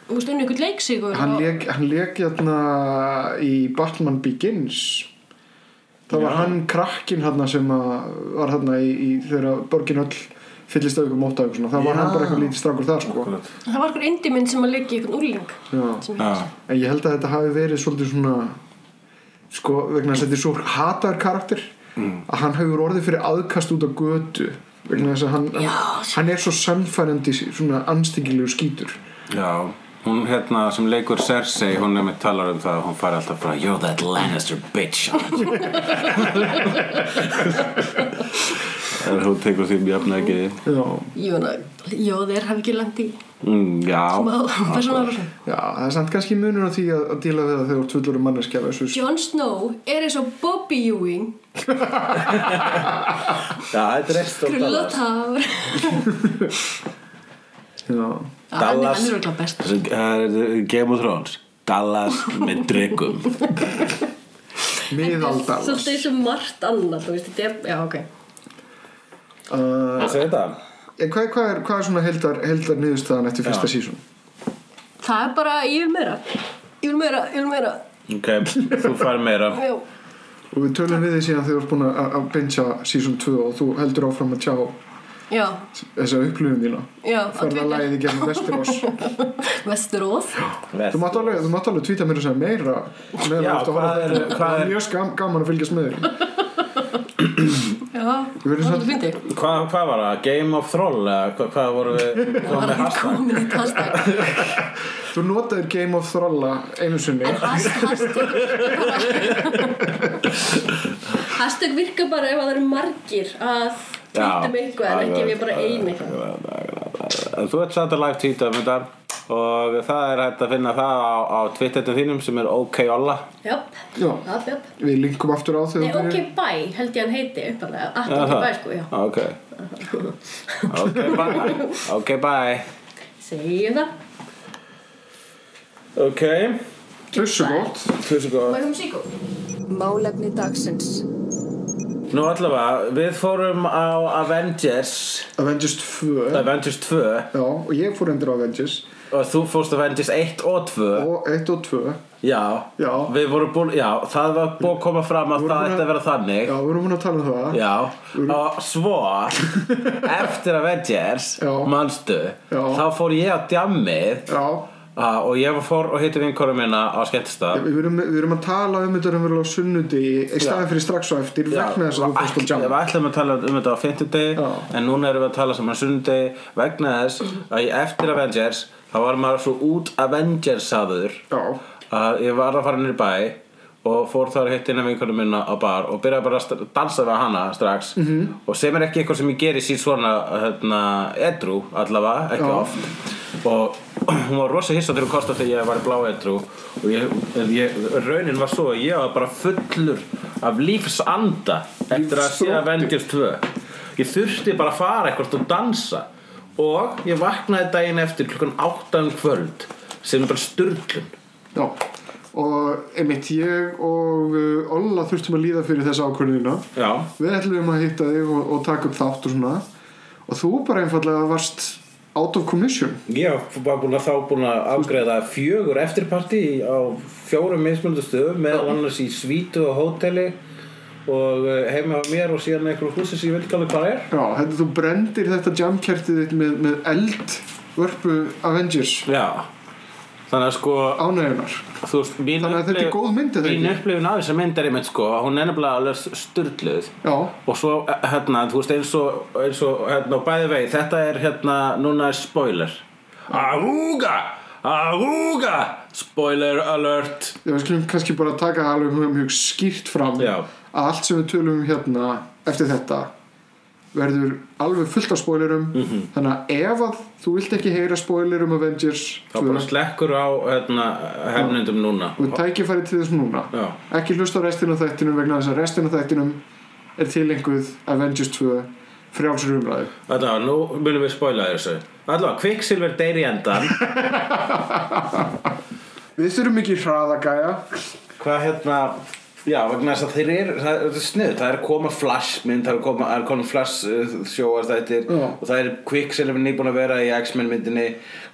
Speaker 8: þú veist, unni ykkur leiksigur
Speaker 3: Hann
Speaker 8: og,
Speaker 3: leik, hann leik hérna í Batman Begins Það var hann krakkin hérna sem að var hérna í, í þegar borgin öll fyllist aukum, óttaugum svona Það var hann bara eitthvað lítið strákur það sko
Speaker 8: það var ykkur indimynd sem að leikið ykkur úrling
Speaker 3: Já,
Speaker 8: sem ég hef
Speaker 3: en ég held að þetta hafi verið svolítið svona sko, vegna þess að þetta er svo hatar karakter að hann hefur orðið fyrir aðkast út á götu vegna þess að hann,
Speaker 8: Já.
Speaker 3: hann, hann er svo sannfærandi svona anstingilegu skítur
Speaker 4: Já, hún hérna sem leikur Cersei, hún nefnir talar um það og hún fari alltaf bara You're that Lannister bitch En hún tekur því mjög ekki
Speaker 3: já,
Speaker 8: Ég vona, jó þeir hafi ekki langt í
Speaker 4: mm, Já,
Speaker 8: persónulega
Speaker 3: já, það er samt kannski munur á því að, að díla við það þegar tvöldur um manneskja versus-
Speaker 8: Jon Snow er eins og Bobby Ewing
Speaker 4: já þetta er reist
Speaker 8: krullatár
Speaker 3: já,
Speaker 8: hann er
Speaker 4: Dallas.
Speaker 8: örugglega best
Speaker 4: Game of Thrones Dallas með dregum
Speaker 3: miðaldar
Speaker 8: svolítið eins og margt annað þú veist, þetta er, já ok
Speaker 3: uh,
Speaker 4: Það segir þetta
Speaker 3: en hvað, hvað, er, hvað er svona heldar, heldar niðurstaðan eftir fyrsta sísón?
Speaker 8: það er bara, ég vil meira ég vil meira, ég vil meira
Speaker 4: Ok, þú fari meira
Speaker 8: já,
Speaker 3: og við tölum við því síðan þegar þú ert búin að- að að bingja sísón 2 og þú heldur áfram að tjá
Speaker 8: já,
Speaker 3: þessa upplifun þína
Speaker 8: já á
Speaker 3: ferða
Speaker 8: Twitter.
Speaker 3: lagið í gegnum Vesteros
Speaker 8: Westeros
Speaker 3: þú mátt alveg, þú mátt alveg tvíta mér og segja meira meira
Speaker 4: Já,
Speaker 3: eftir að
Speaker 4: hvað
Speaker 3: horfa
Speaker 4: er-
Speaker 3: þetta.
Speaker 4: hvað
Speaker 3: það er
Speaker 4: er-
Speaker 3: mjög skam, gaman að fylgjast með þér
Speaker 8: já,
Speaker 3: Við viljum
Speaker 8: það
Speaker 3: samt-
Speaker 8: er fyndi
Speaker 4: Hvað hva var það? Game of Throll? eða Hvað hva voru við? Hvað
Speaker 8: það
Speaker 4: með
Speaker 8: er ekki
Speaker 4: hashtag?
Speaker 8: komin í hashtag
Speaker 3: þú notaður Game of Throlla einu sinni
Speaker 8: Has- hashtag virkar bara- hashtag virka bara ef að það eru margir að
Speaker 4: Já.
Speaker 8: tvita mig eitthvað en ekki ef ég er bara eini
Speaker 4: Þú ert satt að live tweeta um þetta og það er hægt að finna það á, á Twittetum þínum sem er OKOlla
Speaker 8: Jöp,
Speaker 3: Já.
Speaker 8: jöp, jöp.
Speaker 3: Við linkum aftur á þau
Speaker 8: Nei, OK Bye held ég hann heiti uppalega. Allt OK Bye sko, já.
Speaker 4: Ah, Ok Ok, bye Ok, bye
Speaker 8: Segjum það.
Speaker 4: Ok,
Speaker 3: Þessu gott
Speaker 4: þessu góð
Speaker 8: Mægum síkó.
Speaker 5: Málefni dagsins.
Speaker 4: Nú allavega, við fórum á Avengers
Speaker 3: Avengers 2
Speaker 4: Avengers 2
Speaker 3: Já, og ég fór endur á Avengers
Speaker 4: og þú fórst Avengers 1 og 2
Speaker 3: og 1 og 2
Speaker 4: Já,
Speaker 3: Já.
Speaker 4: við vorum búin, já, það var búin að koma fram að
Speaker 3: Vorum
Speaker 4: það
Speaker 3: búin að-
Speaker 4: ætti að vera þannig
Speaker 3: Já, við erum hún að tala um það
Speaker 4: Já, og svo eftir Avengers
Speaker 3: Já.
Speaker 4: manstu,
Speaker 3: Já.
Speaker 4: þá fór ég á djammið
Speaker 3: Já,
Speaker 4: á, og ég fór og hitti vinkonum minna á skemmtistað
Speaker 3: við erum, við erum að tala um þetta raunverulega á sunnundi í staðan fyrir strax og eftir vegna þess að þú fórst á
Speaker 4: Við
Speaker 3: jam
Speaker 4: ætlum að tala um þetta á 50 deg
Speaker 3: Já.
Speaker 4: en núna erum við að tala saman á sunnudegi vegna þess að ég eftir Avengers þá var maður svo út Avengers-saður
Speaker 3: Já,
Speaker 4: að ég var að fara niður í bæ og fór þar að hitt inn af vinkunum minna á bar og byrjaði bara að st- dansa við hana strax -hmm. og sem er ekki eitthvað sem ég geri síðan svona hérna, edru allavega, ekki
Speaker 3: Já.
Speaker 4: oft og hún var rosa hissa þegar hún kosta þegar ég var í blá edru og ég, ég, raunin var svo að ég var bara fullur af lífsanda eftir að sé
Speaker 3: Lífsþrótti.
Speaker 4: að Avengers 2 ég þurfti bara að fara eitthvað og dansa og ég vaknaði daginn eftir klukkan 8 um kvöld sem er bara sturglun
Speaker 3: Já, og einmitt ég og uh, Olla þurftum að líða fyrir þessa ákvörðina.
Speaker 4: Já,
Speaker 3: Við ætlum að hitta þig og, og taka upp þátt og svona. Og þú bara einfallega varst out of commission.
Speaker 4: ég var búin að þá búin að afgreða fjögur eftirparti á fjórum mismunandi stöðum meðal annars í svítu og hóteli og eh, heima á mér og síðan einhverjum húsi sem ég veit ekki alveg hvað er
Speaker 3: Já, þetta, þú brendir þetta jamkertið þitt með, með eld vörpu Avengers
Speaker 4: Já, þannig að sko
Speaker 3: ánægjunar.
Speaker 4: þú veist, mín
Speaker 3: Þannig að þetta er
Speaker 4: upplif-
Speaker 3: góð mynd, er það
Speaker 4: Mín
Speaker 3: ekki?
Speaker 4: upplifin af þess að mynd er einmitt sko að hún er nefnilega alveg sturluð
Speaker 3: Já,
Speaker 4: og svo eh, hérna, þú veist eins og, eins og hérna, bæði vei, þetta er hérna, núna er spoiler Ahúga, ahúga spoiler alert
Speaker 3: ég veist ekki kannski bara taka það alveg mjög, mjög skýrt fram
Speaker 4: Já.
Speaker 3: að allt sem við tölum um hérna eftir þetta verður alveg fullt af spoilerum
Speaker 4: Mhm.
Speaker 3: -hmm. þannig að ef að þú vilt ekki heyra spoilerum Avengers
Speaker 4: þá
Speaker 3: 2,
Speaker 4: bara slekkur á hérna, hefnendum núna
Speaker 3: og tækifæri til þess núna
Speaker 4: Já.
Speaker 3: ekki hlusta á restina af þættinum vegna þess að restina af þættinum er tilenguð Avengers 2 frjálsir umræðu
Speaker 4: Þetta, nú munum við spoila þessu Allá, Quicksilver deyr í endan
Speaker 3: við þurfum ekki hraðagæja
Speaker 4: Hvað hérna Já, vegna þess að þeir eru, það þetta er snið, það er að koma flashmynd, það er að koma, það er að koma flash sjóastættir
Speaker 3: Já.
Speaker 4: og það er Quicksilver nýbúin að vera í X-Men myndinni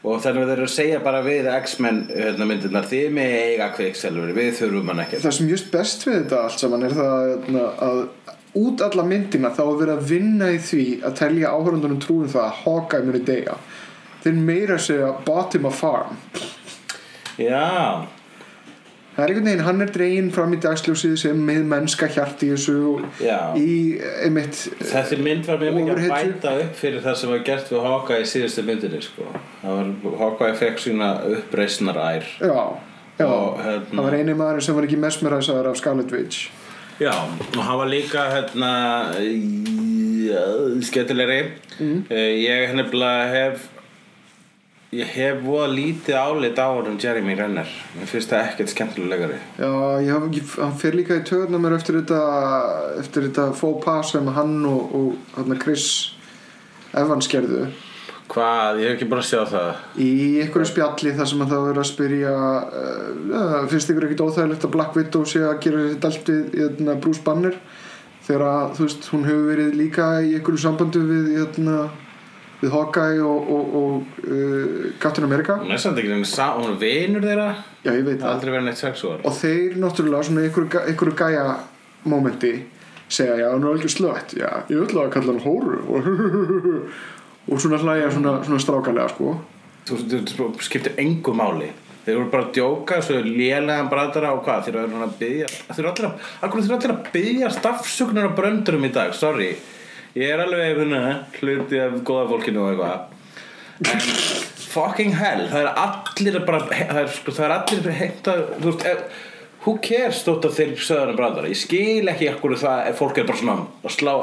Speaker 4: og þannig að þeir eru að segja bara við X-Men hérna, myndirnar, þið með eiga Quicksilver, við þurfum hann ekkert.
Speaker 3: það sem just best við þetta allt saman er það hérna, að út alla myndina þá er verið að vinna í því að telja áhörundunum trúin það að Hawkeye muni deyja þeir meira að segja bought him a farm
Speaker 4: Já,
Speaker 3: það er einhvern veginn, hann er dreginn fram í dagsljósið sem með mennska hjart í þessu og
Speaker 4: Já.
Speaker 3: í, einmitt
Speaker 4: Þessi mynd var mjög mikið að
Speaker 3: Overhead-
Speaker 4: bæta upp fyrir það sem var gert við Hawkeye í síðustu myndinni sko. Það var, Hawkeye fekk sína uppreisnar ær
Speaker 3: Já, já
Speaker 4: Og, hérna-
Speaker 3: það var eini maður sem var ekki mesmeræsaður af Scarlet Witch
Speaker 4: Já, og hann var líka hérna í- skemmtilegri mm. Ég nefnilega hef ég hef voða lítið álit á honum Jeremy Renner Mér finnst það ekkert skemmtilegari
Speaker 3: Já, ég haf ekki, hann fer líka í töðna mér eftir þetta eftir þetta faux pas sem hann og, og hann Chris Evans gerðu
Speaker 4: Hvað, ég hef ekki búin að sjá það
Speaker 3: í einhverju spjalli þar sem að það verið að spyrja uh, finnst ykkur ekkit óþægilegt að Black Widow sé að gera sér dælt við hérna, Bruce Banner þegar að þú veist hún hefur verið líka í einhverju sambandu við hérna, við Hawkeye og, og, og uh, Captain America
Speaker 4: Hún er samt ekki neinn sá, hún er vinur þeirra Það
Speaker 3: Já, ég veit
Speaker 4: er
Speaker 3: það
Speaker 4: aldrei verið neitt sexuál
Speaker 3: og þeir náttúrulega svona í einhverju, einhverju gæja momenti segja já, hann er alveg slögt já, ég ætla að kalla hann hóru og, og svona hlæja svona, svona strákalega sko
Speaker 4: þú, þú, þú skiptir engu máli þeir voru bara að djóka svo lélegan bræðara og hvað þeir eru að byggja þeir eru allir að, akkur þeir eru allir að byggja stafsugnar á bröndurum í dag, sorry ég er alveg einhvern hluti af góða fólkinu og eitthvað en fucking hell það er allir að bara það er, sko, það er allir að heimta þú veist, ef, who cares þótt að þeir söðan að bræðara ég skil ekki akkur það ef fólk er bara svona að slá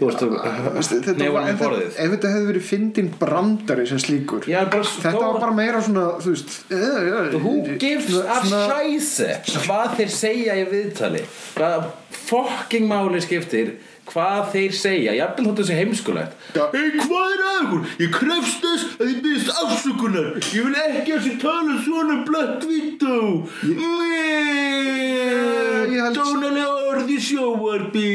Speaker 4: Þú veist,
Speaker 3: Veist, þetta
Speaker 4: Hnefanum
Speaker 3: var, ef,
Speaker 4: í
Speaker 3: þetta-
Speaker 4: borðið.
Speaker 3: ef þetta hefði verið fyndin brandari sem slíkur
Speaker 4: Já, bara
Speaker 3: þetta
Speaker 4: stóra-
Speaker 3: var bara meira svona þú veist eh,
Speaker 4: Who gives a
Speaker 3: svona-
Speaker 4: scheiße Hvað þeir segja í viðtali Hvað fucking máli skiptir Hvað þeir segja Jafnvel þóttu þessi heimskulegt
Speaker 3: Já.
Speaker 4: Hey, hvað er að ykkur? Ég krefst þess að ég byrðist afsökunar Ég vil ekki að þessi tala svona blött vító
Speaker 3: Ég held-
Speaker 4: Dónalega orði sjóarbi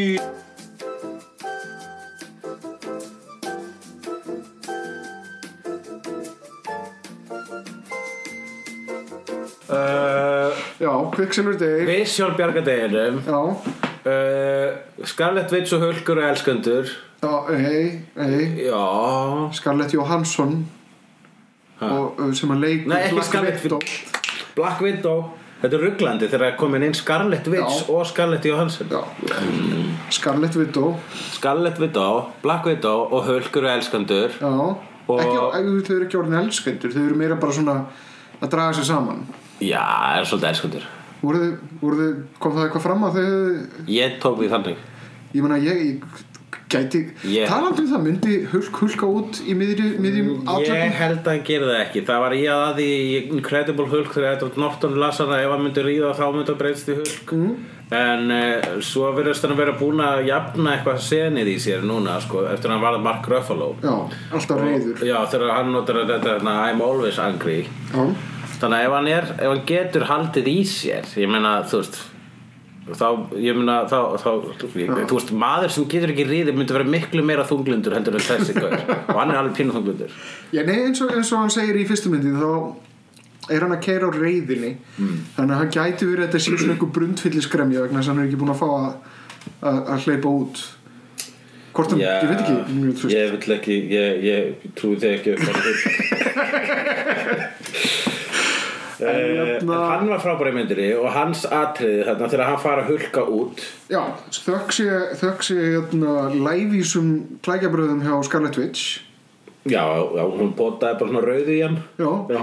Speaker 4: uh,
Speaker 3: já, Quicksilver Day
Speaker 4: Visjón bjargadeginum
Speaker 3: já,
Speaker 4: uh, Scarlett Witch og Hulkur og Elskundur
Speaker 3: já, hei, hei
Speaker 4: Já
Speaker 3: Scarlett Johansson og, uh, sem að leik
Speaker 4: Nei, ekki Scarlett Black Widow Þetta er rugglandi þegar komin inn Scarlett Witch
Speaker 3: Já.
Speaker 4: og Scarlett Johansson
Speaker 3: já, Scarlett Widow
Speaker 4: Scarlett Widow, Black Widow og Hulkur og Elskundur
Speaker 3: já,
Speaker 4: Og-
Speaker 3: ekki, ekki, þau eru ekki orðin elskendur þau eru meira bara svona að draga sér saman
Speaker 4: Já, er svolítið Elskundur
Speaker 3: voru þið, voru þið, kom það eitthvað fram að þau hefðu-
Speaker 4: Ég tók því þannig
Speaker 3: ég meina ég, ég gæti
Speaker 4: Ég-
Speaker 3: talandi um það myndi hulk hulka út í miðri, miðjum
Speaker 4: Ég
Speaker 3: átökum
Speaker 4: held að hann gerði það ekki Það var ég að því í Incredible Hulk þegar Edward Norton las hana ef hann myndi ríða þá myndi hann breytst í Hulk
Speaker 3: Mm.
Speaker 4: en uh, svo verðist hann að vera búin að jafna eitthvað senið í sér núna sko, eftir að hann varð Mark Ruffalo
Speaker 3: já, alltaf reyður
Speaker 4: Já, þegar hann notar að þetta hérna, I'm always angry
Speaker 3: já,
Speaker 4: Þannig að ef hann, er, ef hann getur haldið í sér ég meina, þú veist þá, ég meina, þá, þá ég, þú veist, maður sem getur ekki ríðið myndi vera miklu meira þunglundur heldur en þessi gaur og hann er alveg pínu þunglundur
Speaker 3: ég, nei, eins, og, eins og hann segir í fyrstu myndi þá er hann að keira á reyðinni
Speaker 4: Hmm.
Speaker 3: þannig að hann gæti verið að þetta sé svona einhver brundfylliskremja vegna þess að hann er ekki búin að fá að, að, að hleypa út hvort hann, ég veit ekki mjög trúst
Speaker 4: ég vil ekki, ég, ég trúi þig ekki upp á þetta.
Speaker 3: hérna-
Speaker 4: Eh, en
Speaker 3: jafna-
Speaker 4: hann var frábæri myndinni og hans atriði þarna þegar hann fara að hulka út
Speaker 3: já, þökk sé, þökk sé hérna, lævísum klækjabröðum hjá Scarlet Witch
Speaker 4: já, já, hún potaði bara svona rauðu í hann
Speaker 3: já,
Speaker 4: já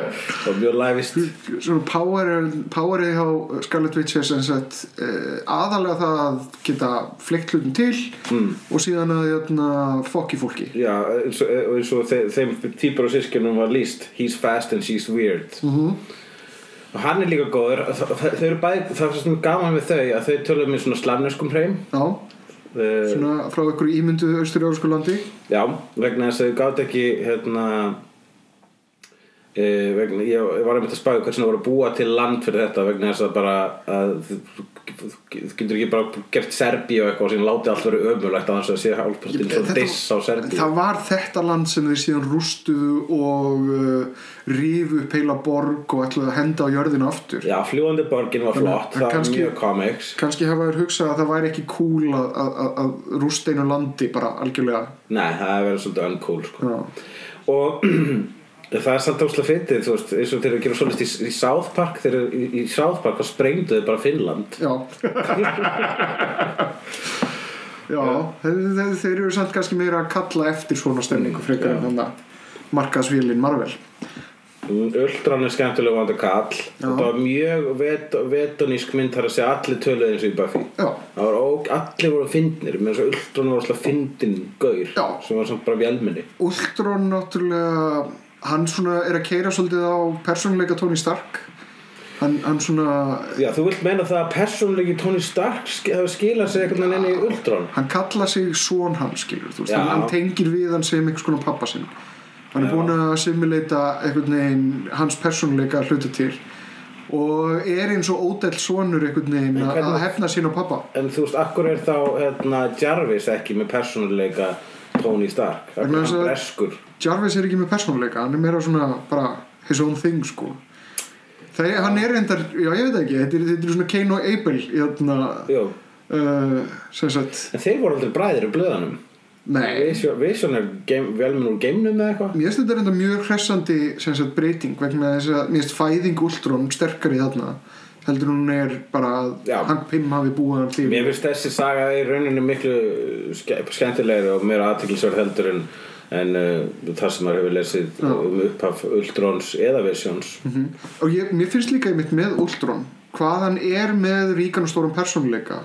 Speaker 4: og mjög læfist
Speaker 3: svona power- powerið hjá Scarlet Witch er sem sagt uh, aðalega það að geta fleikt hlutum til mm. og síðan að jötna, fokki fólki
Speaker 4: já, eins og, eins og þe þeim týpur og sískinum var líst he's fast and she's weird -hmm. og hann er líka góður Þa- þa- þau eru bæði, það er svona gaman við þau að þau tölum með svona slavneskum hreim
Speaker 3: já,
Speaker 4: Eh,
Speaker 3: svona frá ykkur ímyndu austur-eurósku landi
Speaker 4: Já, vegna þess að þau gátt ekki hérna e, vegna, ég, ég var einmitt að spáði hvernig það voru að búa til land fyrir þetta vegna þess að bara að, þú, þú, þú getur ekki bara gert Serbíu og eitthvað og síðan látið allt verið ömulegt að þess að sé hálfpartinn svo diss á Serbíu
Speaker 3: það var þetta land sem þeir síðan rústuðu og uh, rífu upp heila borg og ætluðu að henda á jörðinu aftur
Speaker 4: Já, fljúandi borgin var
Speaker 3: Þannig að
Speaker 4: flott, það var
Speaker 3: kannski-
Speaker 4: mjög comics
Speaker 3: kannski hafa þér hugsað að það væri ekki cool að, að, að- að rústa einu landi bara algjörlega
Speaker 4: Nei, það er verið svolítið uncool sko.
Speaker 3: já,
Speaker 4: og það er samt áslega fyndið þú veist, eins og þeir eru að gera svolítið í, í South Park þeir eru í, í South Park og sprengduðu bara Finnland
Speaker 3: já Já, þeir, þeir, þeir eru samt kannski meira að kalla eftir svona stemningu frekar en þannig að markaðsvílin Marvel
Speaker 4: Öldran er skemmtilega vanda kall Þetta var mjög vet, vetonísk mynd þar að segja allir töluð eins og í Buffy
Speaker 3: Já.
Speaker 4: Það var óg, allir voru fyndnir með þess að Öldran var alltaf fyndin gaur
Speaker 3: Já.
Speaker 4: sem var samt bara vélminni
Speaker 3: Ultron náttúrulega hann svona er að keira svolítið á persónuleika Tony Stark hann, hann svona
Speaker 4: Já, þú vilt meina það að persónleiki Tony Stark sk- hafi skilað sig einhvern veginn inn í Öldran
Speaker 3: hann kalla sig són hann skilur þú veist,
Speaker 4: Já.
Speaker 3: hann, hann tengir við hann sem einhvers konar pappa sinn hann er búin að simuleita einhvern veginn hans persónuleika að hluta til og er eins og ódell sonur einhvern veginn að-
Speaker 4: hvernig-
Speaker 3: að hefna sín á pappa
Speaker 4: En þú veist, akkur er þá hérna, Jarvis ekki með persónleika Tony Stark Akkur
Speaker 3: Vegna
Speaker 4: er
Speaker 3: þess
Speaker 4: hann
Speaker 3: að-
Speaker 4: breskur
Speaker 3: Jarvis er ekki með persónuleika hann er meira svona bara his own thing sko þegar hann er reyndar já ég veit ekki, þetta er, þetta er svona Cain og Abel jæna,
Speaker 4: Jú,
Speaker 3: uh, sem sagt
Speaker 4: en þeir voru aldrei bræðir í blöðanum
Speaker 3: nei,
Speaker 4: Vision Vision er game, velminn úr geimnum eða eitthvað
Speaker 3: Mér finnst þetta reynda mjög hressandi sem sagt, breyting vegna þess að mér finnst fæðing Ultron sterkari þarna heldur hún er bara að
Speaker 4: Já.
Speaker 3: Hank Pym hafi búið hann til
Speaker 4: Mér finnst þessi saga í rauninni miklu ske- skemmtilegri og meira aðtiklisverð heldur en, en uh, það sem maður hefur lesið um upphaf Ultrons eða Visions
Speaker 3: Mhm. og ég, mér finnst líka einmitt með Ultron hvað hann er með ríkan og stórum persónuleika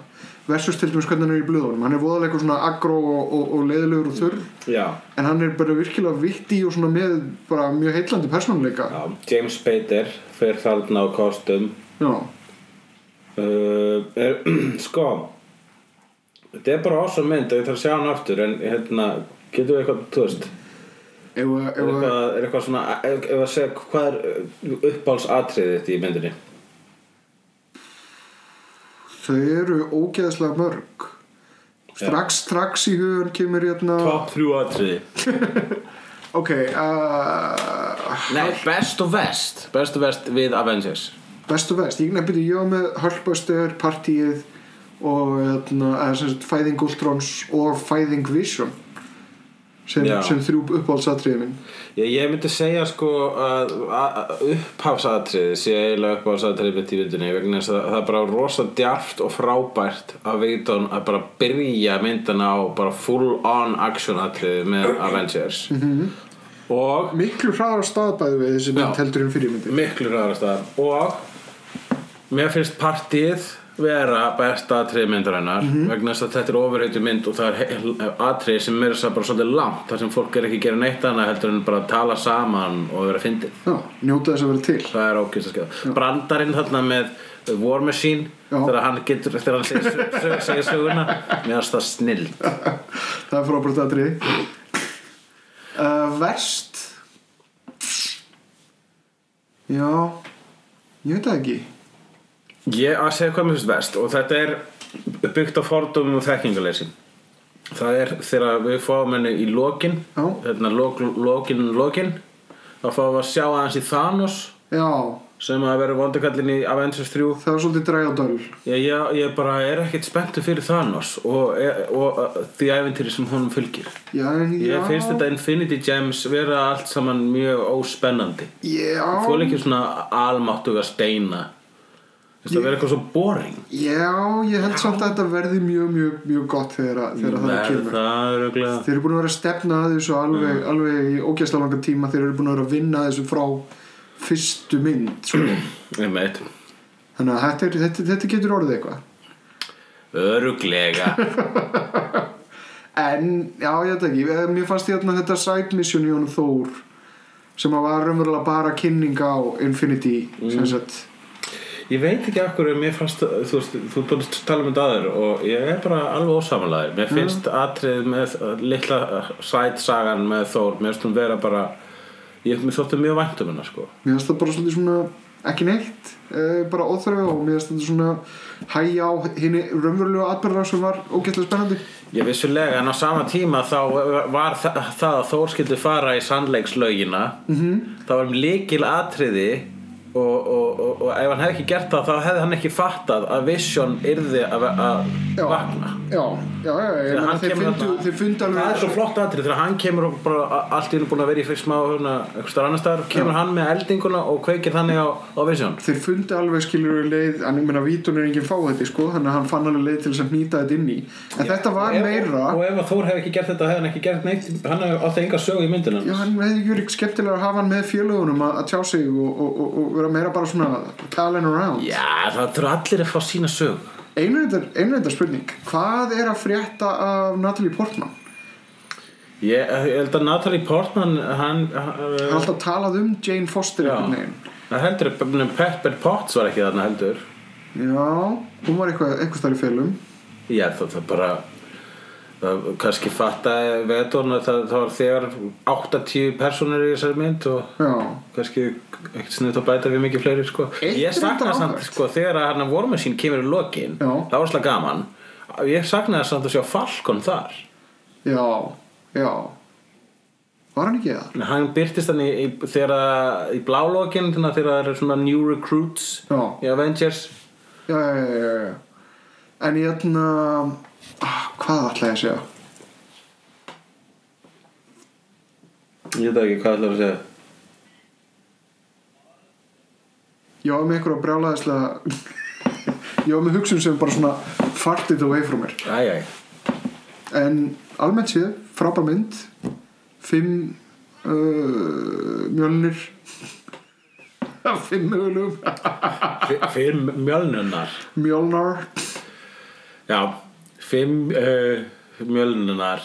Speaker 3: versus til dæmis hvernig hann er í blöðunum hann er voðalega eitthvað svona aggró og, og, og leiðilegur og þurr
Speaker 4: Já,
Speaker 3: en hann er bara virkilega vitti og svona með bara mjög heitlandi persónuleika
Speaker 4: já James Spader fyrir þarna á kostum
Speaker 3: já,
Speaker 4: uh, er, Sko Þetta er bara ásum mynd og ég þarf að sjá hann aftur en hérna, getur við eitthvað, þú veist
Speaker 3: ef að- ef að-
Speaker 4: er eitthvað, er eitthvað svona eh, ef, ef að segja hvað er uppbálsatriðið þitt í myndinni
Speaker 3: þau eru ógeðslega mörg strax, strax í hugun kemur hérna
Speaker 4: Top 3 atriði
Speaker 3: ok uh,
Speaker 4: Nei, best og vest Best og vest við Avengers
Speaker 3: best og vest, ég nefndi ég var með Hulkbuster, partíið og hérna, eða sem sagt Fæðing Ultrons og Fæðing Vision sem,
Speaker 4: Já.
Speaker 3: sem þrjú uppáhaldsatriði minn
Speaker 4: Ég, ég myndi segja sko að upphafsatriði sé eiginlega upphafsatriði mitt í myndinni vegna þess að það er bara rosa djarft og frábært að veita hún að bara byrja myndina á bara full on action atriði með Avengers og
Speaker 3: miklu hraðar á staðbæðu við þessi mynd
Speaker 4: Já.
Speaker 3: heldur en fyrirmyndi
Speaker 4: miklu ræðast það og mér finnst partíð vera besta atrið myndarinnar vegna þess að þetta er ofurheitu mynd og það er atrið sem er þess að segja bara svolítið langt þar sem fólk er ekki að gera neitt annað heldur en bara að tala saman og vera fyndið
Speaker 3: Já, njóta þess að vera til
Speaker 4: það er ókvist að skilja brandarinn þarna með War Machine
Speaker 3: Já.
Speaker 4: þegar hann getur þegar hann segir, sög- sög- segir söguna mér finnst það snill
Speaker 3: það er frábært atriði uh, verst já ég veit það ekki
Speaker 4: ég að segja hvað mér finnst vest og þetta er byggt á fordómum og þekkingaleysi það er þegar við fáum henni í lokin
Speaker 3: Já.
Speaker 4: hérna lok, lokin, lokin þá fáum við að sjá aðeins í Thanos
Speaker 3: já,
Speaker 4: sem að vera vondakallin í Avengers 3
Speaker 3: það er svolítið drægjadal
Speaker 4: ég, ég, ég bara er ekkert spenntu fyrir Thanos og, og, og því æfintýri sem honum fylgir
Speaker 3: já, en já,
Speaker 4: Ég finnst þetta Infinity Gems vera allt saman mjög óspennandi
Speaker 3: já,
Speaker 4: Fóli ekki svona almáttuga steina Þess að vera eitthvað svo boring
Speaker 3: já, ég held samt að þetta verði mjög, mjög, mjög gott þegar, að- þegar það
Speaker 4: Verð
Speaker 3: kemur
Speaker 4: Það Mm. er auðvitað
Speaker 3: þeir eru búin að vera að stefna að þessu alveg, alveg í ógæslega langa tíma þeir eru búin að vera að vinna að þessu frá fyrstu mynd sko.
Speaker 4: Ég veit
Speaker 3: þannig að þetta, er- þetta, þetta getur orðið eitthvað
Speaker 4: Öruglega
Speaker 3: En, já, ég veit ekki, eh, mér fannst hérna þetta side mission í honum Þór sem að var raunverulega bara kynning á Infinity,
Speaker 4: Mm.
Speaker 3: sem sagt.
Speaker 4: Ég veit ekki af hverju mér fannst Þú veist, þú búin að tala um þetta aður Og ég er bara alveg ósamanlæður Mér finnst atriðið með Lilla sætsagan með Þór Mér finnst hún vera bara Ég mér þótti mjög vænt um hennar sko
Speaker 3: Mér finnst það bara svolítið svona, ekki neitt, eh, bara óþröðu og mér finnst þetta svona hægja á henni raunverulega atbyrðar sem var ógætlega spennandi.
Speaker 4: Ég vissulega, en á sama tíma þá var þa- það að Þór skildi fara í sannleikslaugina -hmm.
Speaker 3: Mhm.
Speaker 4: það var um líkil atriði og, og, og, og ef hann hefði ekki gert það þá hefði hann ekki fattað að Vision yrði að, að
Speaker 3: Já.
Speaker 4: vakna
Speaker 3: Já, já, já, já, ég
Speaker 4: Þegar
Speaker 3: meina
Speaker 4: hann
Speaker 3: þeir
Speaker 4: kemur
Speaker 3: fundu,
Speaker 4: þarna-
Speaker 3: þeir fundu
Speaker 4: Það er svo
Speaker 3: alveg,
Speaker 4: flott atrið þegar hann kemur og bara a- allt í hennu búin að vera í fyrst smá hérna, einhvers staðar annars staðar, kemur hann með eldinguna og kveikir þannig á, á Vision
Speaker 3: þeir fundu alveg skilur leið, en ég meina vítun er enginn fáhætti, sko, þannig að hann fann alveg leið til þess að hnýta þetta inn í. En þetta var
Speaker 4: Ef-
Speaker 3: meira...
Speaker 4: Og ef að Þór hefði ekki gert þetta hefði hann ekki gert neitt hann hefði átti enga sög í myndinu
Speaker 3: Já, hann hefði ekki verið skemmtilega að hafa hann með fjölugunum að, að tjá sig og, og, og, og vera meira bara svona talin around.
Speaker 4: Já, það þurfa allir að fá sína sög
Speaker 3: Einu reyndar spurning, hvað er að frétta af Natalie Portman?
Speaker 4: Ég, eh, ég held að Natalie Portman hann,
Speaker 3: Það er
Speaker 4: hann
Speaker 3: alltaf talað um Jane Foster
Speaker 4: Já.
Speaker 3: einhvern veginn.
Speaker 4: hann heldur að Pepper Potts var ekki þarna heldur
Speaker 3: Já, hún var eitthvað, eitthvað starf í fjölum.
Speaker 4: já það, það bara það, kannski fattaði veturinn að það, það var þegar 80 personur í þessari mynd og
Speaker 3: Já,
Speaker 4: kannski ekkert sniðt að bæta við mikið fleiri sko.
Speaker 3: Eitt
Speaker 4: ég
Speaker 3: er
Speaker 4: sakna
Speaker 3: reyndar
Speaker 4: samt
Speaker 3: áhugavert.
Speaker 4: sko, þegar að hann vormasín kemur í lokin
Speaker 3: Já.
Speaker 4: það var slag gaman ég saknaði samt að sjá Falcon þar
Speaker 3: já, já. Var hann ekki það?
Speaker 4: En hann byrtist hann í, í, þegar að- í blálókin þegar það eru svona new recruits
Speaker 3: Já.
Speaker 4: í Avengers
Speaker 3: Já, já, já, já, já. En ég ætla, ah, hvað ætla ég að segja?
Speaker 4: Ég veit það ekki hvað ætlar að segja
Speaker 3: Ég var með einhverja brjálæðislega, ég var með hugsun sem bara svona fartið away from mér.
Speaker 4: Æj, æj
Speaker 3: en almennt séð frábær mynd fimm uh, mjölnir fimm mögulegum
Speaker 4: Fyrir mjölnunar
Speaker 3: mjölnar
Speaker 4: Já,
Speaker 10: Fimm uh, mjölnunar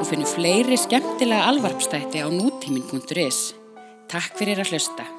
Speaker 11: Þú finnur fleiri skemmtilega alvarpstætti á nútímin.is. Takk fyrir að hlusta.